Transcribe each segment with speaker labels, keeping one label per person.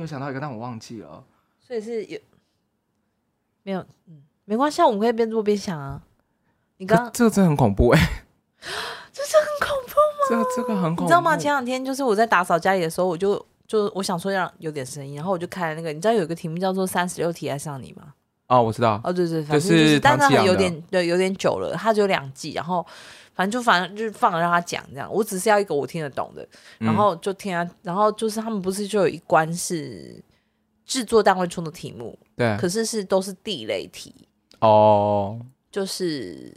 Speaker 1: 有想到一个，但我忘记了。
Speaker 2: 所以是有没有？嗯，没关系啊，我们可以边做边想啊。你刚
Speaker 1: 可这个真的很恐怖 哎、
Speaker 2: 很恐怖，
Speaker 1: 这个这个很恐怖，
Speaker 2: 你知道吗？前两天就是我在打扫家里的时候，我就就我想说要有点声音，然后我就开了那个，你知道有一个题目叫做《三十六题爱上你》吗？
Speaker 1: 哦，我知道，
Speaker 2: 哦，对对，反
Speaker 1: 就
Speaker 2: 正就是，
Speaker 1: 是
Speaker 2: 但
Speaker 1: 唐
Speaker 2: 是
Speaker 1: 启
Speaker 2: 它
Speaker 1: 阳
Speaker 2: 有
Speaker 1: 的
Speaker 2: 点对有点久了，它只有两季，然后反正就反正就是放着让他讲这样，我只是要一个我听得懂的，然
Speaker 1: 嗯
Speaker 2: 后就听他，然后就是他们不是就有一关是制作单位出的题目，
Speaker 1: 对，
Speaker 2: 可是是都是地雷题，
Speaker 1: 哦，
Speaker 2: 就是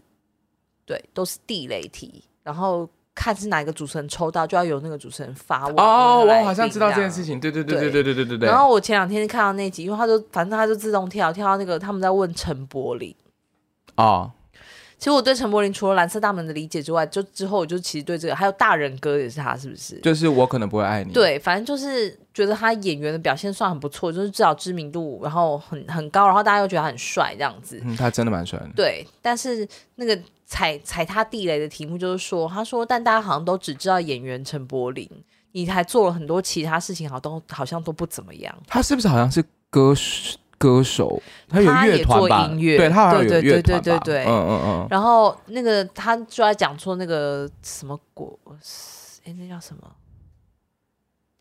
Speaker 2: 对都是地雷题，然后看是哪一个主持人抽到，就要由那个主持人发问。
Speaker 1: 哦，我
Speaker 2: 那个来宾
Speaker 1: 好像知道这件
Speaker 2: 样
Speaker 1: 事。情，对对对对对对对对对。
Speaker 2: 然后我前两天看到那集，因为他就反正他就自动跳跳到那个他们在问陈柏霖，
Speaker 1: 哦，
Speaker 2: 其实我对陈柏霖除了《蓝色大门》的理解之外，就之后我就其实对这个还有《大人哥》也是他，是不是？
Speaker 1: 就是我可能不会爱你，，
Speaker 2: 对，反正就是觉得他演员的表现算很不错，就是至少知名度然后很很高，然后大家又觉得他很帅这样子。
Speaker 1: 嗯，他真的蛮帅的，
Speaker 2: 对，但是那个踩踩他地雷的题目就是说，他说，但大家好像都只知道演员陈柏霖，你还做了很多其他事情，好都好像都不怎么样。
Speaker 1: 他是不是好像是歌手歌手？他有乐团吧？
Speaker 2: 他也做音乐
Speaker 1: 对他好像
Speaker 2: 对
Speaker 1: 有
Speaker 2: 对
Speaker 1: 乐团吧？
Speaker 2: 对对对对
Speaker 1: 嗯嗯嗯，
Speaker 2: 然后那个他就在讲说那个什么国，哎，那叫什么？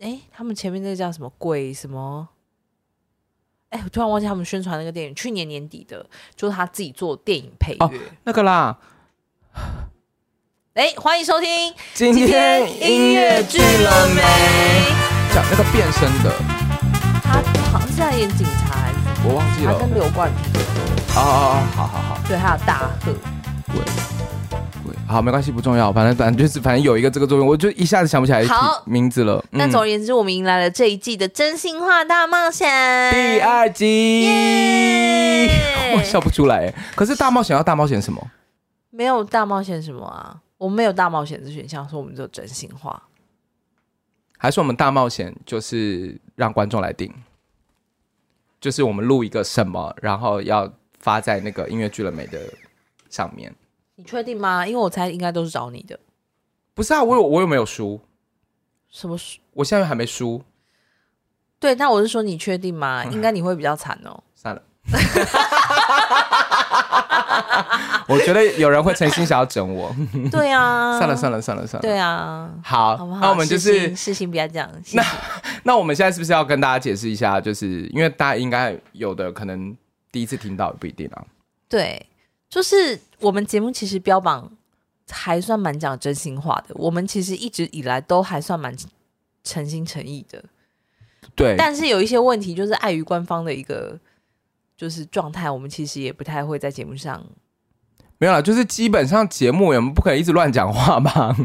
Speaker 2: 哎，他们前面那个叫什么鬼什么？哎，我突然忘记他们宣传那个电影，去年年底的，就是他自己做电影配
Speaker 1: 哦
Speaker 2: 乐。
Speaker 1: 那个啦，
Speaker 2: 哎、欢迎收听
Speaker 1: 今天音乐剧了没？？讲那个变身的，
Speaker 2: 他好像是在演警察还是什么？
Speaker 1: 我忘记了
Speaker 2: 他。跟刘冠廷，
Speaker 1: 哦哦哦，好好好，
Speaker 2: 对，还有大贺。
Speaker 1: 对对，好，没关系，不重要，反正反正就是反正有一个这个作用，我就一下子想不起来题
Speaker 2: 好
Speaker 1: 名字了。
Speaker 2: 但
Speaker 1: 嗯
Speaker 2: 总而言之，我们迎来了这一季的真心话大冒险。
Speaker 1: 第二集。
Speaker 2: 耶
Speaker 1: 我笑不出来，可是大冒险要大冒险什么？
Speaker 2: 没有大冒险什么啊？我们没有大冒险的选项，说我们只有真心话。
Speaker 1: 还是我们大冒险就是让观众来定，就是我们录一个什么，然后要发在那个音乐剧了没的上面。
Speaker 2: 你确定吗？因为我猜应该都是找你的。
Speaker 1: 不是啊，我有我有没有输？
Speaker 2: 什么书？
Speaker 1: 我现在还没输，
Speaker 2: 对，那我是说你确定
Speaker 1: 啊
Speaker 2: 吗？应该你会比较惨 哦。
Speaker 1: 算 了。我觉得有人会诚心想要整我，
Speaker 2: 对啊，
Speaker 1: 算了算
Speaker 2: 了，
Speaker 1: 了算了算了。
Speaker 2: 对啊，
Speaker 1: 好，
Speaker 2: 好不好？
Speaker 1: 那我们就
Speaker 2: 事
Speaker 1: 是
Speaker 2: 情事情不要讲。谢谢
Speaker 1: 那我们现在是不是要跟大家解释一下？就是因为大家应该有的可能第一次听到也不一定啊。
Speaker 2: 对，就是我们节目其实标榜还算蛮讲真心话的，我们其实一直以来都还算蛮诚心诚意的。
Speaker 1: 对，
Speaker 2: 但是有一些问题，就是碍于官方的一个就是状态，我们其实也不太会在节目上。
Speaker 1: 没有啦，就是基本上节目我们不可能一直乱讲话 吧？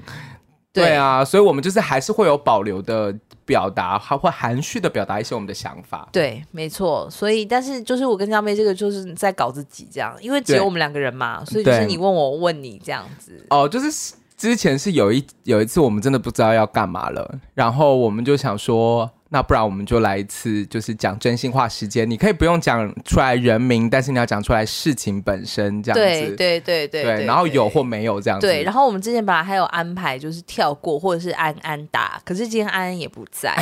Speaker 1: 对，啊，所以我们就是还是会有保留的表达，还会含蓄的表达一些我们的想法。
Speaker 2: 对，没错。所以，但是就是我跟江妹这个就是在搞自己这样，因为只有
Speaker 1: 对
Speaker 2: 我们两个人嘛，所以就是
Speaker 1: 对
Speaker 2: 你问我，我问你这样子。
Speaker 1: 哦，就是之前是有一有一次我们真的不知道要干嘛了，然后我们就想说，那不然我们就来一次就是讲真心话时间，你可以不用讲出来人名，但是你要讲出来事情本身这样
Speaker 2: 对
Speaker 1: 子。
Speaker 2: 对对对
Speaker 1: 对，然后有或没有这样子。
Speaker 2: 对，然后我们之前本来还有安排，就是跳过或者是安安打，可是今天安安也不在，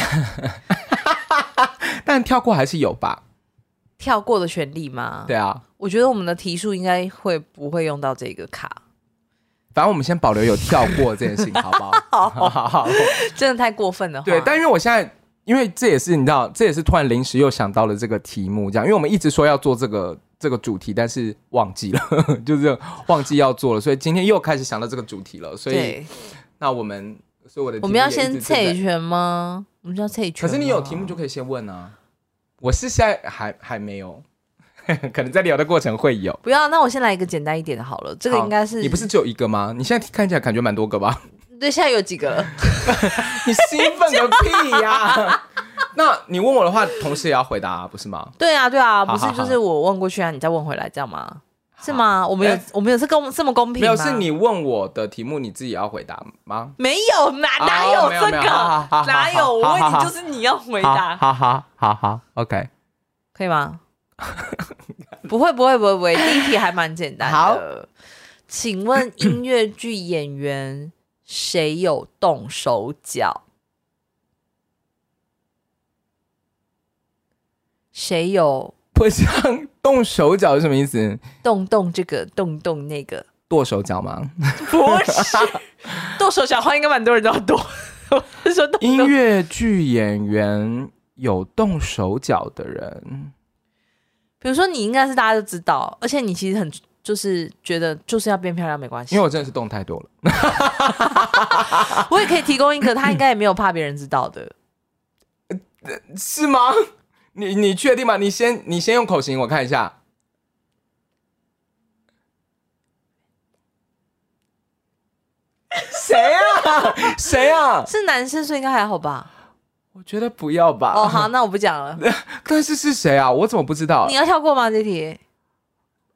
Speaker 1: 但跳过还是有吧？
Speaker 2: 跳过的权利吗？，
Speaker 1: 对啊，
Speaker 2: 我觉得我们的题数应该会不会用到这个卡，
Speaker 1: 反正我们先保留有跳过这件事情，好不 好？ 好好好。
Speaker 2: 真的太过分了。
Speaker 1: 对，但因为我现在，因为这也是你知道，这也是突然临时又想到了这个题目，这样，因为我们一直说要做这个这个主题，但是忘记了， 就是忘记要做了，所以今天又开始想到这个主题了。所以
Speaker 2: 对，
Speaker 1: 那我们，所以我的题
Speaker 2: 我
Speaker 1: 目
Speaker 2: 们要
Speaker 1: 也一
Speaker 2: 先
Speaker 1: 直
Speaker 2: 测
Speaker 1: 正在
Speaker 2: 一圈吗？我们是要测一
Speaker 1: 可
Speaker 2: 圈吗。
Speaker 1: 是你有题目就可以先问啊。我是现在还还没有， 可能在聊的过程会有。
Speaker 2: 不要，那我先来一个简单一点的好了。这个
Speaker 1: 好
Speaker 2: 应该是
Speaker 1: 你不是只有一个吗？你现在看起来感觉蛮多个吧？
Speaker 2: 对？现在有几个 了？
Speaker 1: 你兴奋个屁啊呀、 那你问我的话，同时也要回答、不是吗？
Speaker 2: 对啊，对啊，
Speaker 1: 好
Speaker 2: 不是
Speaker 1: 好
Speaker 2: 就是我问过去啊，你再问回来，这样吗？是
Speaker 1: 好
Speaker 2: 吗？我们有
Speaker 1: 哎
Speaker 2: 我们有这公这么公平
Speaker 1: 没
Speaker 2: 吗？
Speaker 1: 有，是你问我的题目，你自己要回答吗？
Speaker 2: 没有哪
Speaker 1: 哦
Speaker 2: 哪有
Speaker 1: 没有
Speaker 2: 这
Speaker 1: 没有好好
Speaker 2: 个
Speaker 1: 好
Speaker 2: 哪有？
Speaker 1: 好
Speaker 2: 我
Speaker 1: 好
Speaker 2: 问你
Speaker 1: 好
Speaker 2: 就是你要回答，
Speaker 1: 好好好好，OK。
Speaker 2: 可 以吗？不会不会不会不会，第一题还蛮简单
Speaker 1: 好
Speaker 2: 的。请问音乐剧演员谁有动手脚？谁有
Speaker 1: 不像动手脚是什么意思？
Speaker 2: 动动这个动动那个？
Speaker 1: 剁手脚 吗？
Speaker 2: 不是，剁手脚花应该蛮多人都要剁。 我是说动
Speaker 1: 音
Speaker 2: 动
Speaker 1: 乐剧演员有动手脚的人，
Speaker 2: 比如说你应该是大家都知道，而且你其实很就是觉得就是要变漂亮没关系，啊
Speaker 1: 因为我真的是动太多了。
Speaker 2: 我也可以提供一个，他应该也没有怕别人知道 的。
Speaker 1: 是吗？ 你你确定吗？你先你先用口型我看一下。 谁啊？ 谁啊？
Speaker 2: 是男生，所以应该还好吧？
Speaker 1: 我觉得不要吧。
Speaker 2: 哦，好，那我不讲了。
Speaker 1: 但是是谁啊？我怎么不知道
Speaker 2: 你？要跳过吗？这题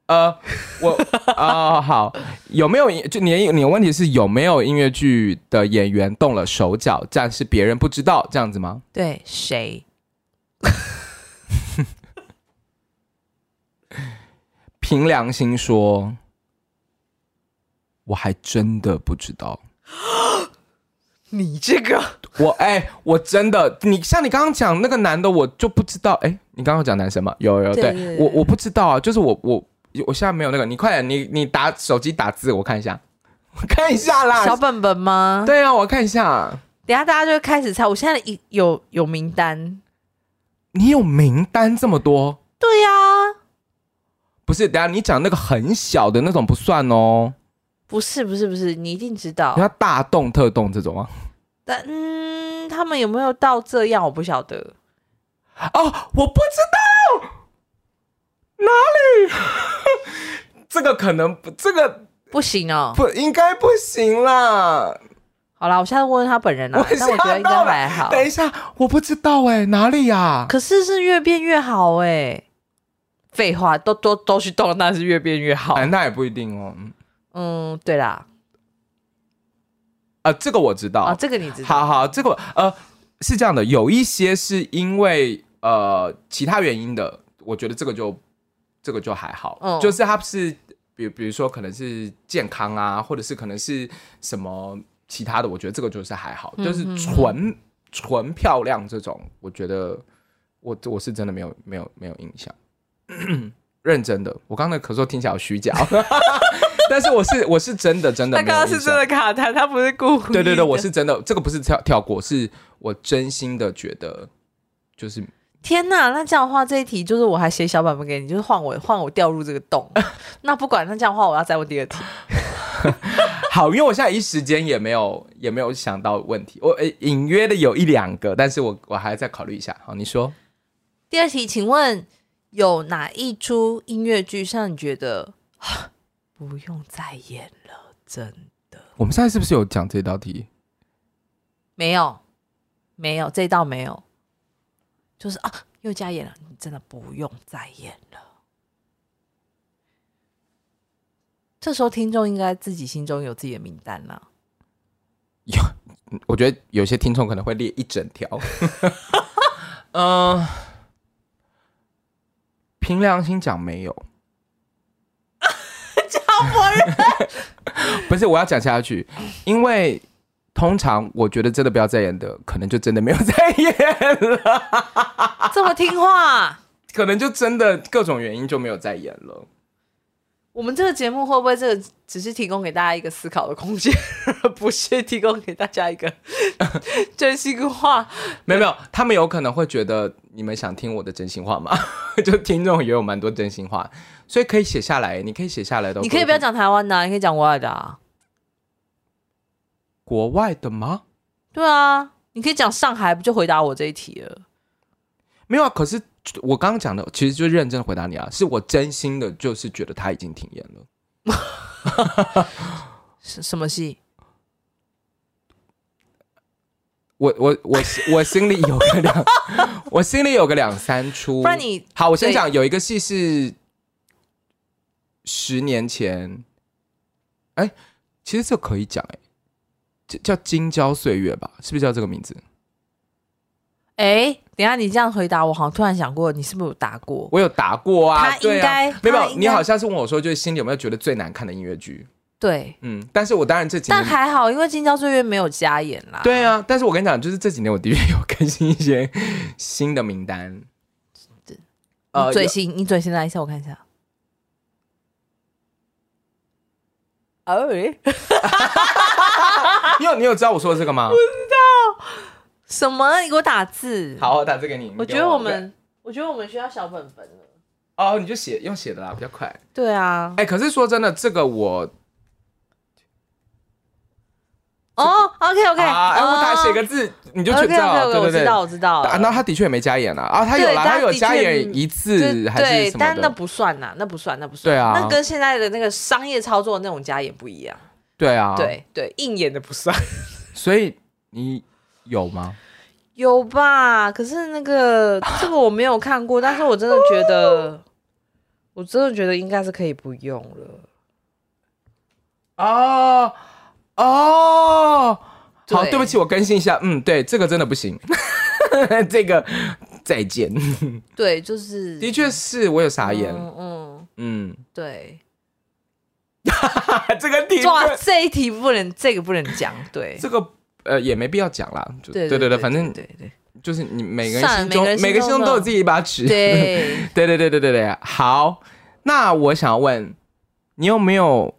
Speaker 1: 呃，我啊、好，有没有就你你的问题是有没有音乐剧的演员动了手脚，但是别人不知道这样子吗？
Speaker 2: 对谁？
Speaker 1: 凭良心说，我还真的不知道。
Speaker 2: 你这个
Speaker 1: 我哎、我真的，你像你刚刚讲那个男的，我就不知道。哎、你刚刚有讲男生吗？有有有
Speaker 2: 对
Speaker 1: 对
Speaker 2: 对对
Speaker 1: 我我不知道啊，就是我我我现在没有那个，你快点，你你打手机打字，我看一下，我看一下
Speaker 2: 小
Speaker 1: 啦。
Speaker 2: 本本吗？
Speaker 1: 对啊，我看一下。
Speaker 2: 等一下大家就会开始猜。我现在一有有名单。
Speaker 1: 你有名单这么多？
Speaker 2: 对呀、
Speaker 1: 不是，等一下你讲那个很小的那种不算哦，
Speaker 2: 不是不是不是，你一定知道
Speaker 1: 你。要大动特动这种啊？
Speaker 2: 但嗯，他们有没有到这样，我不晓得。
Speaker 1: 哦，我不知道哪里， 这个可能不，这个
Speaker 2: 不行哦。
Speaker 1: 不应该不行啦。
Speaker 2: 好啦，我下次问问他本人啦
Speaker 1: 我。
Speaker 2: 但我觉得
Speaker 1: 吓
Speaker 2: 应该
Speaker 1: 到
Speaker 2: 还
Speaker 1: 了，
Speaker 2: 好。
Speaker 1: 等一下，我不知道哎、哪里呀、
Speaker 2: 可是是越变越好哎、废话，都都都去动了，那是越变越好。
Speaker 1: 哎，那也不一定哦。嗯
Speaker 2: 嗯，对啦，
Speaker 1: 啊、这个我知道。
Speaker 2: 啊，这个你知道。
Speaker 1: 好好，这个呃是这样的，有一些是因为呃其他原因的，我觉得这个就这个就还好，
Speaker 2: 嗯
Speaker 1: 就是它是比比如说可能是健康啊，或者是可能是什么其他的，我觉得这个就是还好，就是
Speaker 2: 嗯嗯嗯
Speaker 1: 纯纯漂亮这种，我觉得我我是真的没有没有没有印象。 认真的，我刚才咳嗽听起来好虚假 哦，但是我是我是真的真的，
Speaker 2: 他
Speaker 1: 没有
Speaker 2: 刚刚
Speaker 1: 印
Speaker 2: 是
Speaker 1: 象
Speaker 2: 真的卡痰，他不是故意。
Speaker 1: 对对对，我。是真的，这个不是跳跳过，是我真心的觉得，就是
Speaker 2: 天哪，那这样的话，这一题就是我还写小版本给你，就是换我换我掉入这个 洞。那不管，那这样的话，我要再问第二题。
Speaker 1: 好，因为我现在一时间也没有也没有想到问题，我呃隐约的有一两个，但是我我还在考虑一下。好，你说
Speaker 2: 第二题，请问有哪一出音乐剧让你觉得啊不用再演了？真
Speaker 1: 我们现在是不是有讲这道题？
Speaker 2: 没有，没有，这一道没有，就是啊，又加演了，你真的不用再演了。这时候听众应该自己心中有自己的名单啦。
Speaker 1: 我觉得有些听众可能会列一整条。 嗯、凭良心讲没 有， 不是我要讲下去，因为通常我觉得真的不要再演的，可能就真的没有再演 了。
Speaker 2: 这么听话，
Speaker 1: 可能就真的各种原因就没有再演了。
Speaker 2: 我们这个节目会不会这个只是提供给大家一个思考的空间， 而不是提供给大家一个真心话？
Speaker 1: 没有没有，他们有可能会觉得你们想听我的真心话吗？ 就听众也有蛮多真心话，所以可以写下来，你可以写下来的。
Speaker 2: 你可以不要讲台湾的啊、你可以讲国外的啊。
Speaker 1: 国外的吗？
Speaker 2: 对啊，你可以讲上海，不就回答我这一题了？
Speaker 1: 没有啊，可是我刚刚讲的其实就认真地回答你啊，是我真心的，就是觉得他已经停演了。
Speaker 2: 什什么戏？
Speaker 1: 我我我我心里有个 两，我心里有个两三出。
Speaker 2: 不然你
Speaker 1: 好，我先
Speaker 2: 对
Speaker 1: 讲有一个戏是十年前，哎，其实这可以讲哎，这叫《金交岁月》吧？是不是叫这个名字？
Speaker 2: 哎，等一下你这样回答我，好像突然想过，你是不是有答过？
Speaker 1: 我有答过啊
Speaker 2: 他，
Speaker 1: 对
Speaker 2: 应
Speaker 1: 啊
Speaker 2: 该，
Speaker 1: 没有
Speaker 2: 他
Speaker 1: 没有，
Speaker 2: 应该
Speaker 1: 你好像是问我说，就是心里有没有觉得最难看的音乐剧？
Speaker 2: 对，
Speaker 1: 嗯，但是我当然这几
Speaker 2: 但
Speaker 1: 年。
Speaker 2: 还好，因为《金交岁月》没有加演啦。，
Speaker 1: 对啊，但是我跟你讲，就是这几年我的确有更新一些新的名单。呃
Speaker 2: 你，最
Speaker 1: 有
Speaker 2: 新，你最新来一下，我看一下。哦，
Speaker 1: 你啊有你有知道我说的这个吗？
Speaker 2: 什么？你给我打字。，
Speaker 1: 好，我打这给你。你
Speaker 2: 我
Speaker 1: 给
Speaker 2: 觉得我们，我觉得我们需要小本本了。
Speaker 1: 哦，你就写用写的啦，比较快。
Speaker 2: 对啊。
Speaker 1: 哎、可是说真的，这个我
Speaker 2: 哦，OK OK，
Speaker 1: 啊，哎、我打写个字，你就知道
Speaker 2: OK OK，
Speaker 1: 对
Speaker 2: 我
Speaker 1: 对
Speaker 2: 知
Speaker 1: 对。
Speaker 2: 道，我知道了。
Speaker 1: 啊，那他的确也没加演啊，啊，他有
Speaker 2: 对
Speaker 1: 啦，
Speaker 2: 他
Speaker 1: 他有加
Speaker 2: 的
Speaker 1: 演
Speaker 2: 确
Speaker 1: 一
Speaker 2: 对
Speaker 1: 次还是
Speaker 2: 对，
Speaker 1: 什么
Speaker 2: 但那
Speaker 1: 的，
Speaker 2: 不算呐，那不算，那不算。
Speaker 1: 对啊
Speaker 2: 那跟现在的那个商业操作那种加也不一样。
Speaker 1: 对啊，，
Speaker 2: 对对，硬演的不算。
Speaker 1: 所以你有吗？
Speaker 2: 有吧？可是那 个这个我没有看过，但是我真的觉得， 我真的觉得应该是可以不用了。
Speaker 1: 哦哦，好，
Speaker 2: 对
Speaker 1: 对不起，我更新一下，嗯，对，这个真的不行， 这个再见，
Speaker 2: 对，就是
Speaker 1: 的确是我有傻眼，
Speaker 2: 嗯嗯，
Speaker 1: 嗯，
Speaker 2: 对，
Speaker 1: 这个题
Speaker 2: 哇，这一题不能，这个不能 讲，对，
Speaker 1: 这个呃也没必要讲啦，就
Speaker 2: 对
Speaker 1: 对
Speaker 2: 对
Speaker 1: 对，反正
Speaker 2: 对对
Speaker 1: 就是你每个人
Speaker 2: 算了
Speaker 1: 心中
Speaker 2: 每个人心
Speaker 1: 每个心中
Speaker 2: 中
Speaker 1: 都有
Speaker 2: 有
Speaker 1: 自己一把尺，
Speaker 2: 对，
Speaker 1: 对对对对对对，好，那我想问，你有没有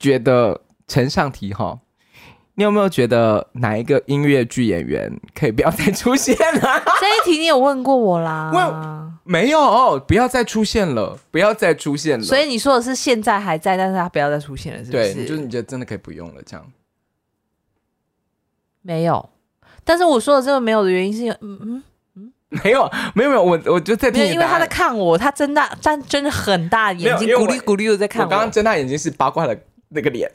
Speaker 1: 觉得呈上题哈？你有没有觉得哪一个音乐剧演员可以不要再出现了、
Speaker 2: 这一题你有问过我啦，
Speaker 1: 没有、哦，不要再出现了，不要再出现了。
Speaker 2: 所以你说的是现在还在，但是他不要再出现了，是不
Speaker 1: 对，
Speaker 2: 是？
Speaker 1: 就是你觉得真的可以不用了，这样
Speaker 2: 没有。但是我说的这个没有的原因是因为，嗯嗯，
Speaker 1: 没有没有没有，我我就在
Speaker 2: 没
Speaker 1: 听
Speaker 2: 有，
Speaker 1: 你
Speaker 2: 因为
Speaker 1: 答
Speaker 2: 他
Speaker 1: 案
Speaker 2: 在看我，他睁大，但真的很大
Speaker 1: 没
Speaker 2: 眼
Speaker 1: 有
Speaker 2: 睛，
Speaker 1: 因为
Speaker 2: 咕
Speaker 1: 我
Speaker 2: 噜咕噜的在看
Speaker 1: 我刚刚睁大眼睛是八卦的那个 脸，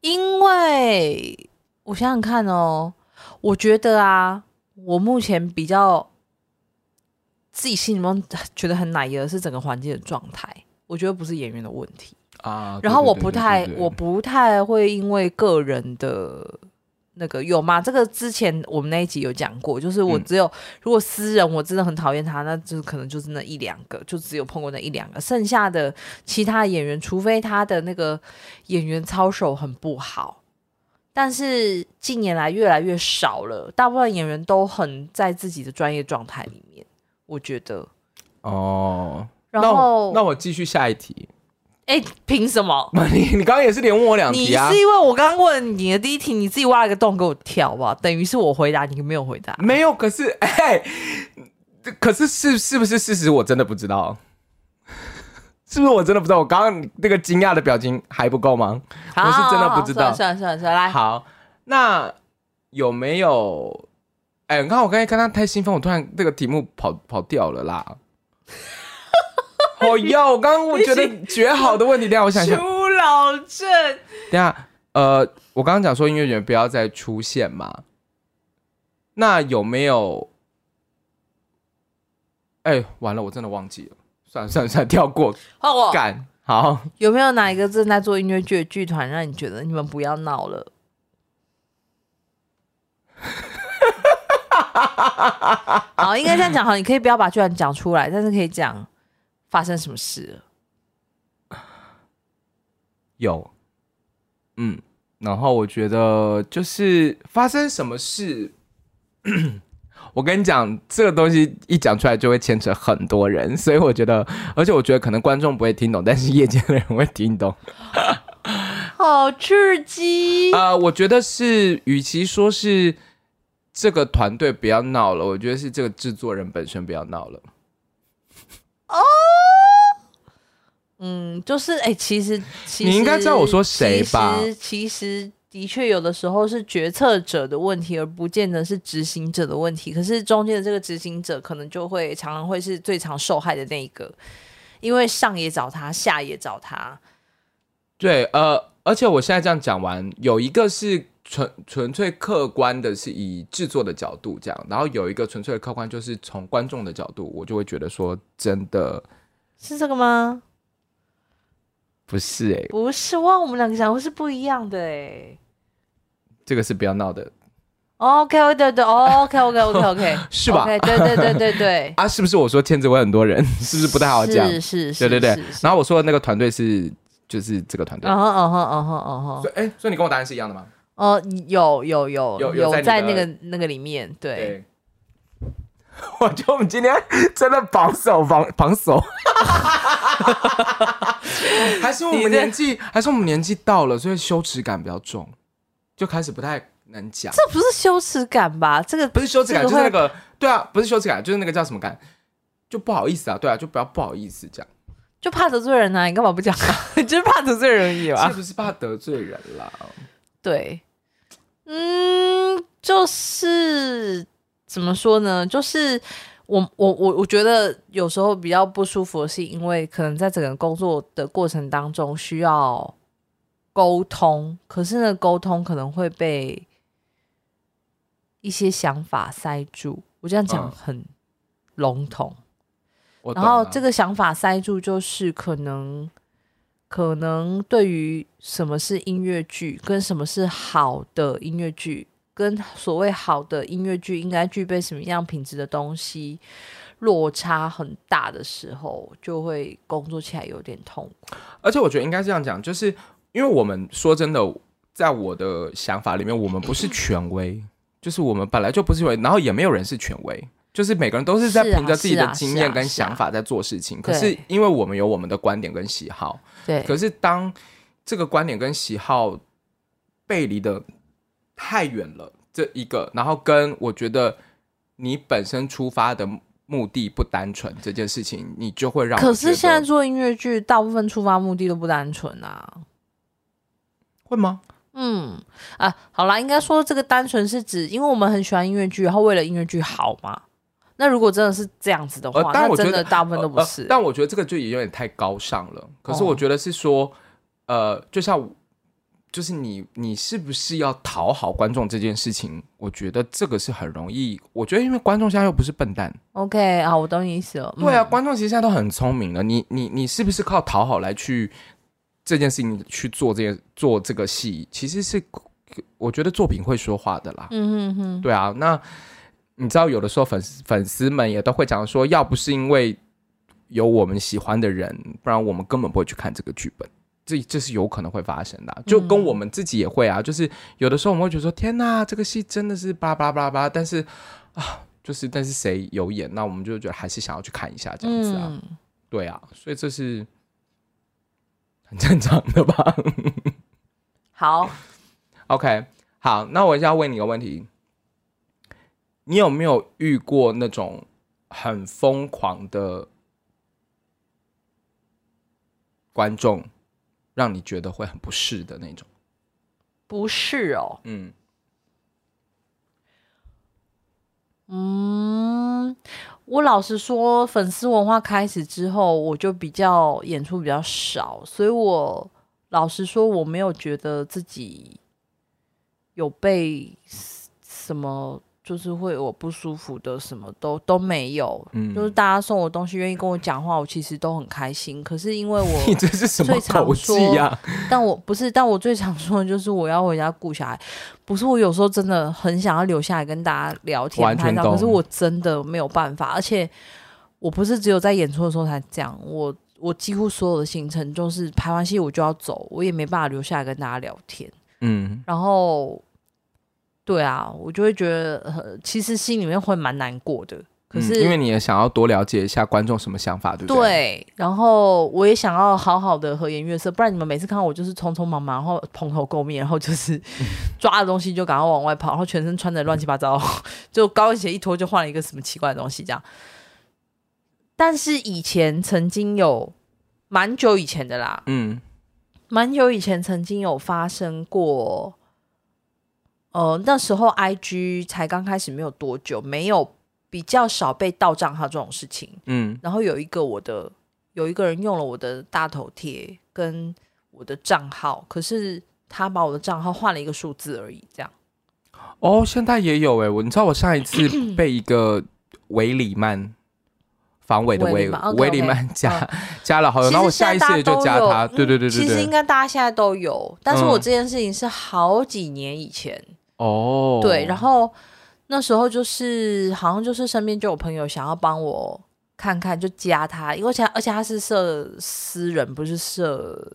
Speaker 2: 因为我想想看哦，我觉得啊，我目前比较自己心里面觉得很奶油的是整个环境的状态，我觉得不是演员的问题。
Speaker 1: 啊。
Speaker 2: 然后我不太，我
Speaker 1: 我
Speaker 2: 不太会因为个人的。那个有吗？这个之前我们那一集有讲过，就是我
Speaker 1: 嗯
Speaker 2: 只有、如果私人我真的很讨厌他，那就可能就是那一两个，就只有碰过那一两个，剩下的其他演员，除非他的那个演员操守很不好，但是近年来越来越少了，大部分演员都很在自己的专业状态里面，我觉得。
Speaker 1: 哦，
Speaker 2: 然
Speaker 1: 那我
Speaker 2: 后
Speaker 1: 那，我继续下一题。
Speaker 2: 哎，凭什么？
Speaker 1: 你你刚刚也是连问我两
Speaker 2: 你
Speaker 1: 题啊
Speaker 2: 是？因为我刚刚问你的第一题，你自己挖了个洞给我跳吧，等于是我回答你没有回答。
Speaker 1: 没有，可是 哎、可是是是不是事实？我真的不知道，是不是我真的不知道？我刚刚那个惊讶的表情还不够吗？我是真的不知道
Speaker 2: 好好好算了算了算了，来，
Speaker 1: 好，那有没有？哎、你看我刚才看他太兴奋，我突然这个题目跑跑掉了啦。哦哟，我刚刚我觉得绝好的问题，等一下我想一下，
Speaker 2: 出老郑，
Speaker 1: 等一下，呃，我刚刚讲说音乐人不要再出现嘛，那有没有？哎，完了，我真的忘记了，算了算了算了，跳过，
Speaker 2: 换我。
Speaker 1: 干好，
Speaker 2: 有没有哪一个正在做音乐剧的剧团让你觉得你们不要闹了？ 好，应该这样讲好，你可以不要把剧团讲出来，但是可以讲发生什么事了。
Speaker 1: 有，嗯，然后我觉得就是发生什么事， 我跟你讲，这个东西一讲出来就会牵扯很多人，所以我觉得，而且我觉得可能观众不会听懂，但是业界的人会听懂。
Speaker 2: 好刺激！
Speaker 1: 呃，我觉得是，与其说是这个团队不要闹了，我觉得是这个制作人本身不要闹了。
Speaker 2: 嗯，就是哎、其实其实
Speaker 1: 你应该知道我说谁吧
Speaker 2: 其实其实的确有的时候是决策者的问题，而不见得是执行者的问题。可是中间的这个执行者，可能就会常常会是最常受害的那一个，因为上也找他，下也找他。
Speaker 1: 对，呃，而且我现在这样讲完，有一个是纯纯粹客观的，是以制作的角度这样，然后有一个纯粹的客观就是从观众的角度，我就会觉得说，真的
Speaker 2: 是这个吗？
Speaker 1: 不是哎、
Speaker 2: 不是哇，我们两个讲的是不一样的哎、
Speaker 1: 这个是不要闹的，
Speaker 2: OK，对对，OK，OK，OK，OK，
Speaker 1: 是吧，
Speaker 2: o k 对对对对对
Speaker 1: 啊，是不是我说牵着我很多人， 是不是不太好讲？
Speaker 2: 是是是，
Speaker 1: 对对对
Speaker 2: 是。是
Speaker 1: 然后我说的那个团队是就是这个团队，
Speaker 2: 嗯哼嗯哼嗯哼嗯哼。
Speaker 1: 所以哎、所以你跟我答案是一样的吗？
Speaker 2: 哦，有有有
Speaker 1: 有有
Speaker 2: 有
Speaker 1: 在你
Speaker 2: 在
Speaker 1: 的
Speaker 2: 那个那个里面，对，
Speaker 1: 我觉得我们今天真的榜首榜榜首， 还是我
Speaker 2: 你这
Speaker 1: 们年纪，还是我们年纪到了，所以羞耻感比较重，就开始不太能讲。
Speaker 2: 这不是羞耻感吧？这个
Speaker 1: 不是羞耻感，
Speaker 2: 这
Speaker 1: 就
Speaker 2: 个
Speaker 1: 是那
Speaker 2: 会
Speaker 1: 个对啊，不是羞耻感，就是那个叫什么感，就不好意思啊，对啊，就不要不好意思这样，
Speaker 2: 就怕得罪人啊，你干嘛不讲啊？ 你就是怕得罪人而已啊
Speaker 1: 这
Speaker 2: 吧？
Speaker 1: 不是怕得罪人啦。
Speaker 2: 对，嗯，就是怎么说呢？就是我我我我觉得有时候比较不舒服，是因为可能在整个工作的过程当中需要沟通，可是呢，沟通可能会被一些想法塞住。我这样讲
Speaker 1: 嗯
Speaker 2: 很笼统。
Speaker 1: 我啊
Speaker 2: 然后这
Speaker 1: 个
Speaker 2: 个想法塞住，就是可能可能对于什么是音乐剧，跟什么是好的音乐剧，跟所谓好的音乐剧应该具备什么样品质的东西，落差很大的时候，就会工作起来有点痛苦。
Speaker 1: 而且我觉得应该这样讲，就是因为我们说真的，在我的想法里面，我们不是权威，就是我们本来就不是权威，然后也没有人是权威，就是每个人都是在
Speaker 2: 是啊
Speaker 1: 凭着自己
Speaker 2: 是
Speaker 1: 的
Speaker 2: 啊
Speaker 1: 经
Speaker 2: 是
Speaker 1: 验
Speaker 2: 啊
Speaker 1: 跟
Speaker 2: 是啊
Speaker 1: 想法在做事情。可是
Speaker 2: 对
Speaker 1: 因为我们有我们的观点跟喜好，
Speaker 2: 对，
Speaker 1: 可是当这个观点跟喜好背离的太远了，这一个，然后跟我觉得你本身出发的目的不单纯这件事情，你就会让我
Speaker 2: 可是
Speaker 1: 觉
Speaker 2: 现在
Speaker 1: 得
Speaker 2: 做音乐剧，大部分出发目的都不单纯啊。
Speaker 1: 会吗？
Speaker 2: 嗯啊，好啦，应该说这个单纯是指，因为我们很喜欢音乐剧，然后为了音乐剧好嘛。那如果真的是这样子的话，
Speaker 1: 呃但
Speaker 2: 那
Speaker 1: 我觉
Speaker 2: 真
Speaker 1: 得
Speaker 2: 的大部分都不
Speaker 1: 呃
Speaker 2: 是。
Speaker 1: 但我觉得这个就也有点太高尚了。可是
Speaker 2: 哦
Speaker 1: 我觉得是说，呃，就像就是你你是不是要讨好观众这件事情，我觉得这个是很容易。我觉得因为观众现在又不是笨蛋，
Speaker 2: OK，好，我懂你意思了。嗯
Speaker 1: 对啊，，观众其实现在都很聪明了。你你你是不是靠讨好来去这件事情去做这件做这个戏？其实是我觉得作品会说话的啦。
Speaker 2: 嗯哼哼，
Speaker 1: 对啊，那你知道有的时候粉丝粉丝们也都会讲说，要不是因为有我们喜欢的人，不然我们根本不会去看这个剧本。这这是有可能会发生的啊、就跟我们自己也会啊，就是有的时候我们会觉得说，天呐，这个戏真的是巴拉巴拉巴拉巴拉，但是啊，就是但是谁有演，那我们就觉得还是想要去看一下这样子啊，
Speaker 2: 嗯，
Speaker 1: 对啊，所以这是很正常的吧
Speaker 2: 好，
Speaker 1: ？OK，好，那我要问你一个问题，你有没有遇过那种很疯狂的观众，让你觉得会很不适的那种？
Speaker 2: 不是哦，
Speaker 1: 嗯，
Speaker 2: 嗯，我老实说，粉丝文化开始之后，我就比较演出比较少，所以我老实说，我没有觉得自己有被 s- 什么，就是会我不舒服的，什么都都没有。
Speaker 1: 嗯
Speaker 2: 就是大家送我东西，愿意跟我讲话，我其实都很开心。可是因为
Speaker 1: 你
Speaker 2: 我，
Speaker 1: 这是什么啊
Speaker 2: 最常
Speaker 1: 口气呀、
Speaker 2: 但我不是，但我最常说的就是我要回家顾小孩。不是我有时候真的很想要留下来跟大家聊天
Speaker 1: 完
Speaker 2: 拍
Speaker 1: 全
Speaker 2: 照，可是
Speaker 1: 懂
Speaker 2: 我真的没有办法，而且我不是只有在演出的时候才这样，我我几乎所有的行程就是拍完戏我就要走，我也没办法留下来跟大家聊天。
Speaker 1: 嗯，
Speaker 2: 然后，对啊，我就会觉得，呃、其实心里面会蛮难过的。可是、
Speaker 1: 嗯因为你也想要多了解一下观众什么想法，对不对？
Speaker 2: 对，然后我也想要好好的和颜悦色，不然你们每次看到我就是匆匆忙忙，然后蓬头垢面，然后就是 抓的东西就赶快往外跑，然后全身穿的乱七八糟， 就高跟鞋一脱就换了一个什么奇怪的东西这样。但是以前曾经有蛮久以前的啦，
Speaker 1: 嗯，
Speaker 2: 蛮久以前曾经有发生过，呃，那时候 I G 才刚开始没有多久，没有比较少被盗账号这种事情。
Speaker 1: 嗯
Speaker 2: 然后有一个我的有一个人用了我的大头贴跟我的账号，可是他把我的账号换了一个数字而已，这样。
Speaker 1: 哦，现在也有哎、我你知道我上一 次被一个维里曼防伪的
Speaker 2: 维
Speaker 1: 维
Speaker 2: 里曼，OK，OK，
Speaker 1: 维里曼加、
Speaker 2: 嗯
Speaker 1: 加了好友，
Speaker 2: 其
Speaker 1: 然后
Speaker 2: 实
Speaker 1: 我下
Speaker 2: 现
Speaker 1: 一次也
Speaker 2: 在大家都
Speaker 1: 就
Speaker 2: 有，
Speaker 1: 加他，对
Speaker 2: 嗯
Speaker 1: 对对
Speaker 2: 其
Speaker 1: 对
Speaker 2: 实应
Speaker 1: 对，
Speaker 2: 该大家现在都有，但是我
Speaker 1: 嗯
Speaker 2: 这件事情是好几年以前，
Speaker 1: 哦，
Speaker 2: 对，然后那时候就是好像就是身边就有朋友想要帮我看看，就加他，因为而且而且他是设私人，不是设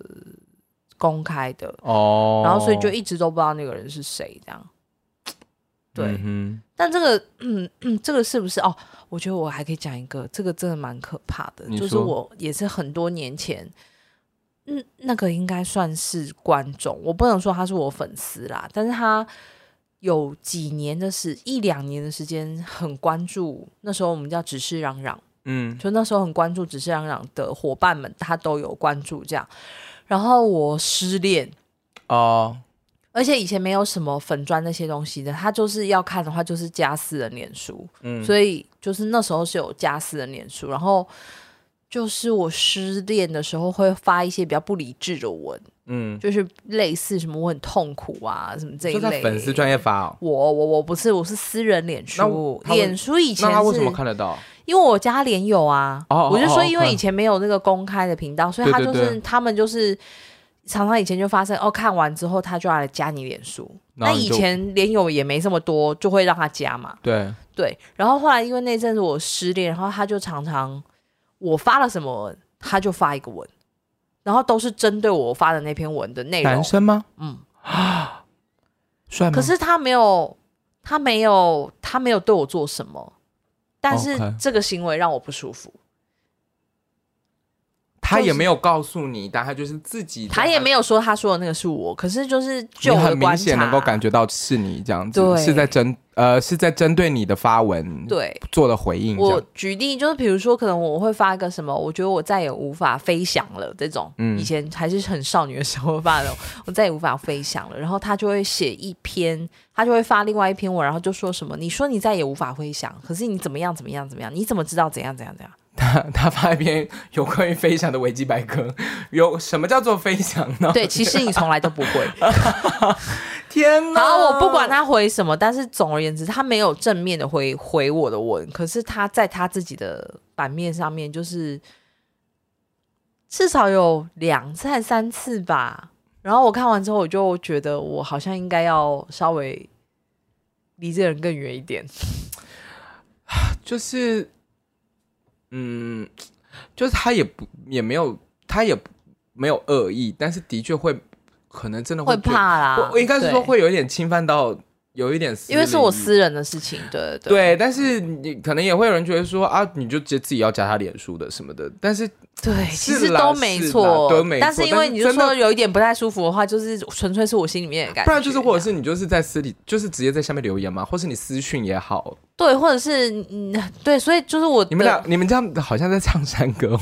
Speaker 2: 公开的，
Speaker 1: 哦，
Speaker 2: 然后所以就一直都不知道那个人是谁，这样。对，
Speaker 1: 嗯
Speaker 2: 但这个，嗯嗯，这个是不是哦？我觉得我还可以讲一个，这个真的蛮可怕的，
Speaker 1: 你
Speaker 2: 就是
Speaker 1: 说
Speaker 2: 我也是很多年前，嗯，那个应该算是观众，我不能说他是我粉丝啦，但是他有几年的时一两年的时间很关注，那时候我们叫只是嚷嚷，
Speaker 1: 嗯
Speaker 2: 就那时候很关注只是嚷嚷的伙伴们，他都有关注这样，然后我失恋，
Speaker 1: 哦，
Speaker 2: 而且以前没有什么粉砖那些东西的，他就是要看的话就是加私人脸书，
Speaker 1: 嗯，
Speaker 2: 所以就是那时候是有加私人脸书，然后就是我失恋的时候会发一些比较不理智的文，
Speaker 1: 嗯，
Speaker 2: 就是类似什么我很痛苦啊什么这一
Speaker 1: 就在
Speaker 2: 类。
Speaker 1: 粉丝专业发哦，
Speaker 2: 我我我不是我是私人脸书，
Speaker 1: 那他为
Speaker 2: 脸书以前
Speaker 1: 那他为
Speaker 2: 是
Speaker 1: 什么看得到？
Speaker 2: 因为我加连友啊，
Speaker 1: 哦哦
Speaker 2: 我就说因
Speaker 1: 哦
Speaker 2: 为
Speaker 1: 哦
Speaker 2: 以前没有那个公开的频道，所以他
Speaker 1: 对
Speaker 2: 就
Speaker 1: 对
Speaker 2: 是
Speaker 1: 对
Speaker 2: 他们就是常常以前就发生哦，看完之后他就要来加你脸书。
Speaker 1: 然
Speaker 2: 那
Speaker 1: 后你
Speaker 2: 以
Speaker 1: 就
Speaker 2: 前连友也没这么多，就会让他加嘛。
Speaker 1: 对，
Speaker 2: 对，然后后来因为那阵子我失恋，然后他就常常我发了什么文，他就发一个文，然后都是针对我发的那篇文的内容
Speaker 1: 男。生吗？
Speaker 2: 嗯，
Speaker 1: 帅吗？
Speaker 2: 可是他没有，他没有，他没有对我做什么，但是
Speaker 1: 哦 OK
Speaker 2: 这个行为让我不舒服。
Speaker 1: 他
Speaker 2: 就
Speaker 1: 也
Speaker 2: 是
Speaker 1: 没有告诉你，但他就是自己，
Speaker 2: 他也没有说他说的那个是我，可是就是
Speaker 1: 你
Speaker 2: 就我的
Speaker 1: 很明
Speaker 2: 观
Speaker 1: 显
Speaker 2: 察，
Speaker 1: 能够感觉到是你这样子，
Speaker 2: 对
Speaker 1: 是在针呃是在针对你的发文
Speaker 2: 对。
Speaker 1: 做的回嗯应这
Speaker 2: 我
Speaker 1: 样。
Speaker 2: 举例就是，比如说，可能我会发一个什么，我觉得我再也无法飞翔了这种，
Speaker 1: 嗯
Speaker 2: 以前还是很少女的时候发的，我再也无法飞翔了。然后他就会写一篇，他就会发另外一篇文，然后就说什么，你说你再也无法飞翔，可是你怎么样怎么样怎么样，你怎么知道怎样怎样怎 样？
Speaker 1: 他 他发一篇有关于飞翔的维基百科，有什么叫做飞翔呢？
Speaker 2: 对，其实你从来都不会。
Speaker 1: 天 哪！
Speaker 2: 然后我不管他回什么，但是总而言之，他没有正面的回回我的文，可是他在他自己的版面上面，就是至少有两次还三次吧。然后我看完之后，我就觉得我好像应该要稍微离这个人更远一点。
Speaker 1: 就是，嗯，就是他也不也没有，他也不没有恶意，但是的确会，可能真的
Speaker 2: 会
Speaker 1: 觉得，
Speaker 2: 怕啦
Speaker 1: 我，我应该是说
Speaker 2: 对，
Speaker 1: 会有一点侵犯到，有一点私
Speaker 2: 因为是我
Speaker 1: 领域
Speaker 2: 私人的事情，对对对，
Speaker 1: 对，但是你可能也会有人觉得说啊，你就直接自己要加他脸书的什么的，但是
Speaker 2: 对其
Speaker 1: 是
Speaker 2: 实
Speaker 1: 啦
Speaker 2: 都没
Speaker 1: 是啦
Speaker 2: 错，
Speaker 1: 都没
Speaker 2: 但是
Speaker 1: 错
Speaker 2: 因
Speaker 1: 但
Speaker 2: 为
Speaker 1: 是
Speaker 2: 你就
Speaker 1: 真的
Speaker 2: 说有一点不太舒服的话，就是纯粹是我心里面的感觉，
Speaker 1: 不然就是或者
Speaker 2: 这样
Speaker 1: 是你就是在私里，就是直接在下面留言嘛，或是你私讯也好，
Speaker 2: 对，或者是嗯，对，所以就是我
Speaker 1: 你们
Speaker 2: 的
Speaker 1: 俩你们这样好像在唱山 歌、哦，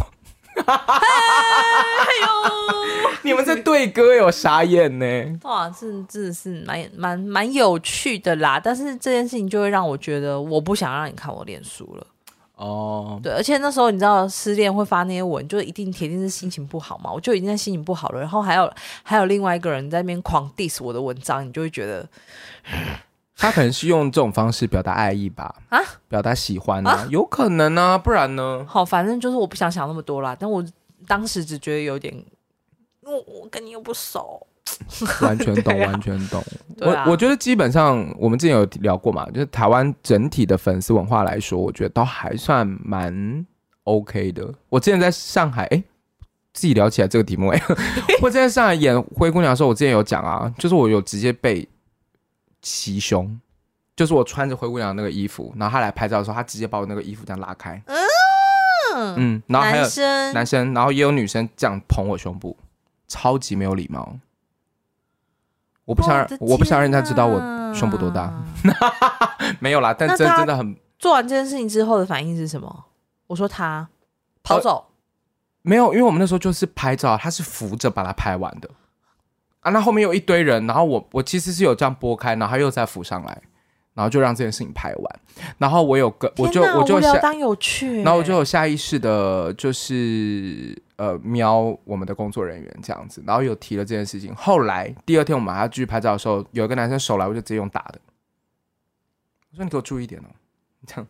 Speaker 2: 哎呦，
Speaker 1: 你们在对歌有傻眼 呢。
Speaker 2: 哇，这真的是蛮蛮蛮有趣的啦。但是这件事情就会让我觉得我不想让你看我脸书了。
Speaker 1: 哦，
Speaker 2: 对，而且那时候你知道失恋会发那些文，就一定铁定是心情不好嘛，我就已经在心情不好了。然后还有还有另外一个人在那边狂 diss 我的文章，你就会觉得
Speaker 1: 他可能是用这种方式表达爱意吧，
Speaker 2: 啊，
Speaker 1: 表达喜欢啊，有可能啊，不然呢？
Speaker 2: 好，反正就是我不想想那么多啦。但我当时只觉得有点，我我跟你又不熟，
Speaker 1: 完全懂，
Speaker 2: 对啊
Speaker 1: 完全懂。
Speaker 2: 对啊
Speaker 1: 我我觉得基本上我们之前有聊过嘛，就是台湾整体的粉丝文化来说，我觉得都还算蛮 OK 的。我之前在上海，哎、自己聊起来这个题目、诶 我之前在上海演《灰姑娘》的时候，我之前有讲啊，就是我有直接被袭胸。就是我穿着灰姑娘那个衣服，然后他来拍照的时候，他直接把我那个衣服这样拉开，
Speaker 2: 嗯，
Speaker 1: 嗯，然后还有
Speaker 2: 男生
Speaker 1: 男生，然后也有女生这样捧我胸部，超级没有礼貌。我不想让，
Speaker 2: 啊
Speaker 1: 我不想让人家知道我
Speaker 2: 我
Speaker 1: 胸部多大。
Speaker 2: 啊
Speaker 1: 没有啦，但
Speaker 2: 那
Speaker 1: 真
Speaker 2: 他
Speaker 1: 真的很
Speaker 2: 做完这件事情之后的反应是什么？我说
Speaker 1: 哦
Speaker 2: 他跑走，
Speaker 1: 没有，因为我们那时候就是拍照，他是扶着把它拍完的啊。那后面有一堆人，然后我我其实是有这样拨开，然后他又再扶上来，然后就让这件事情拍完。然后我有个，我就
Speaker 2: 天哪
Speaker 1: 我
Speaker 2: 无
Speaker 1: 就
Speaker 2: 聊
Speaker 1: 下，
Speaker 2: 当有趣、欸
Speaker 1: 然后我就有下意识的，就是呃瞄我们的工作人员这样子，然后有提了这件事情。后来第二天我们还要继续拍照的时候，有一个男生手来，我就直接用打的。我说你给我注意一点哦，你这样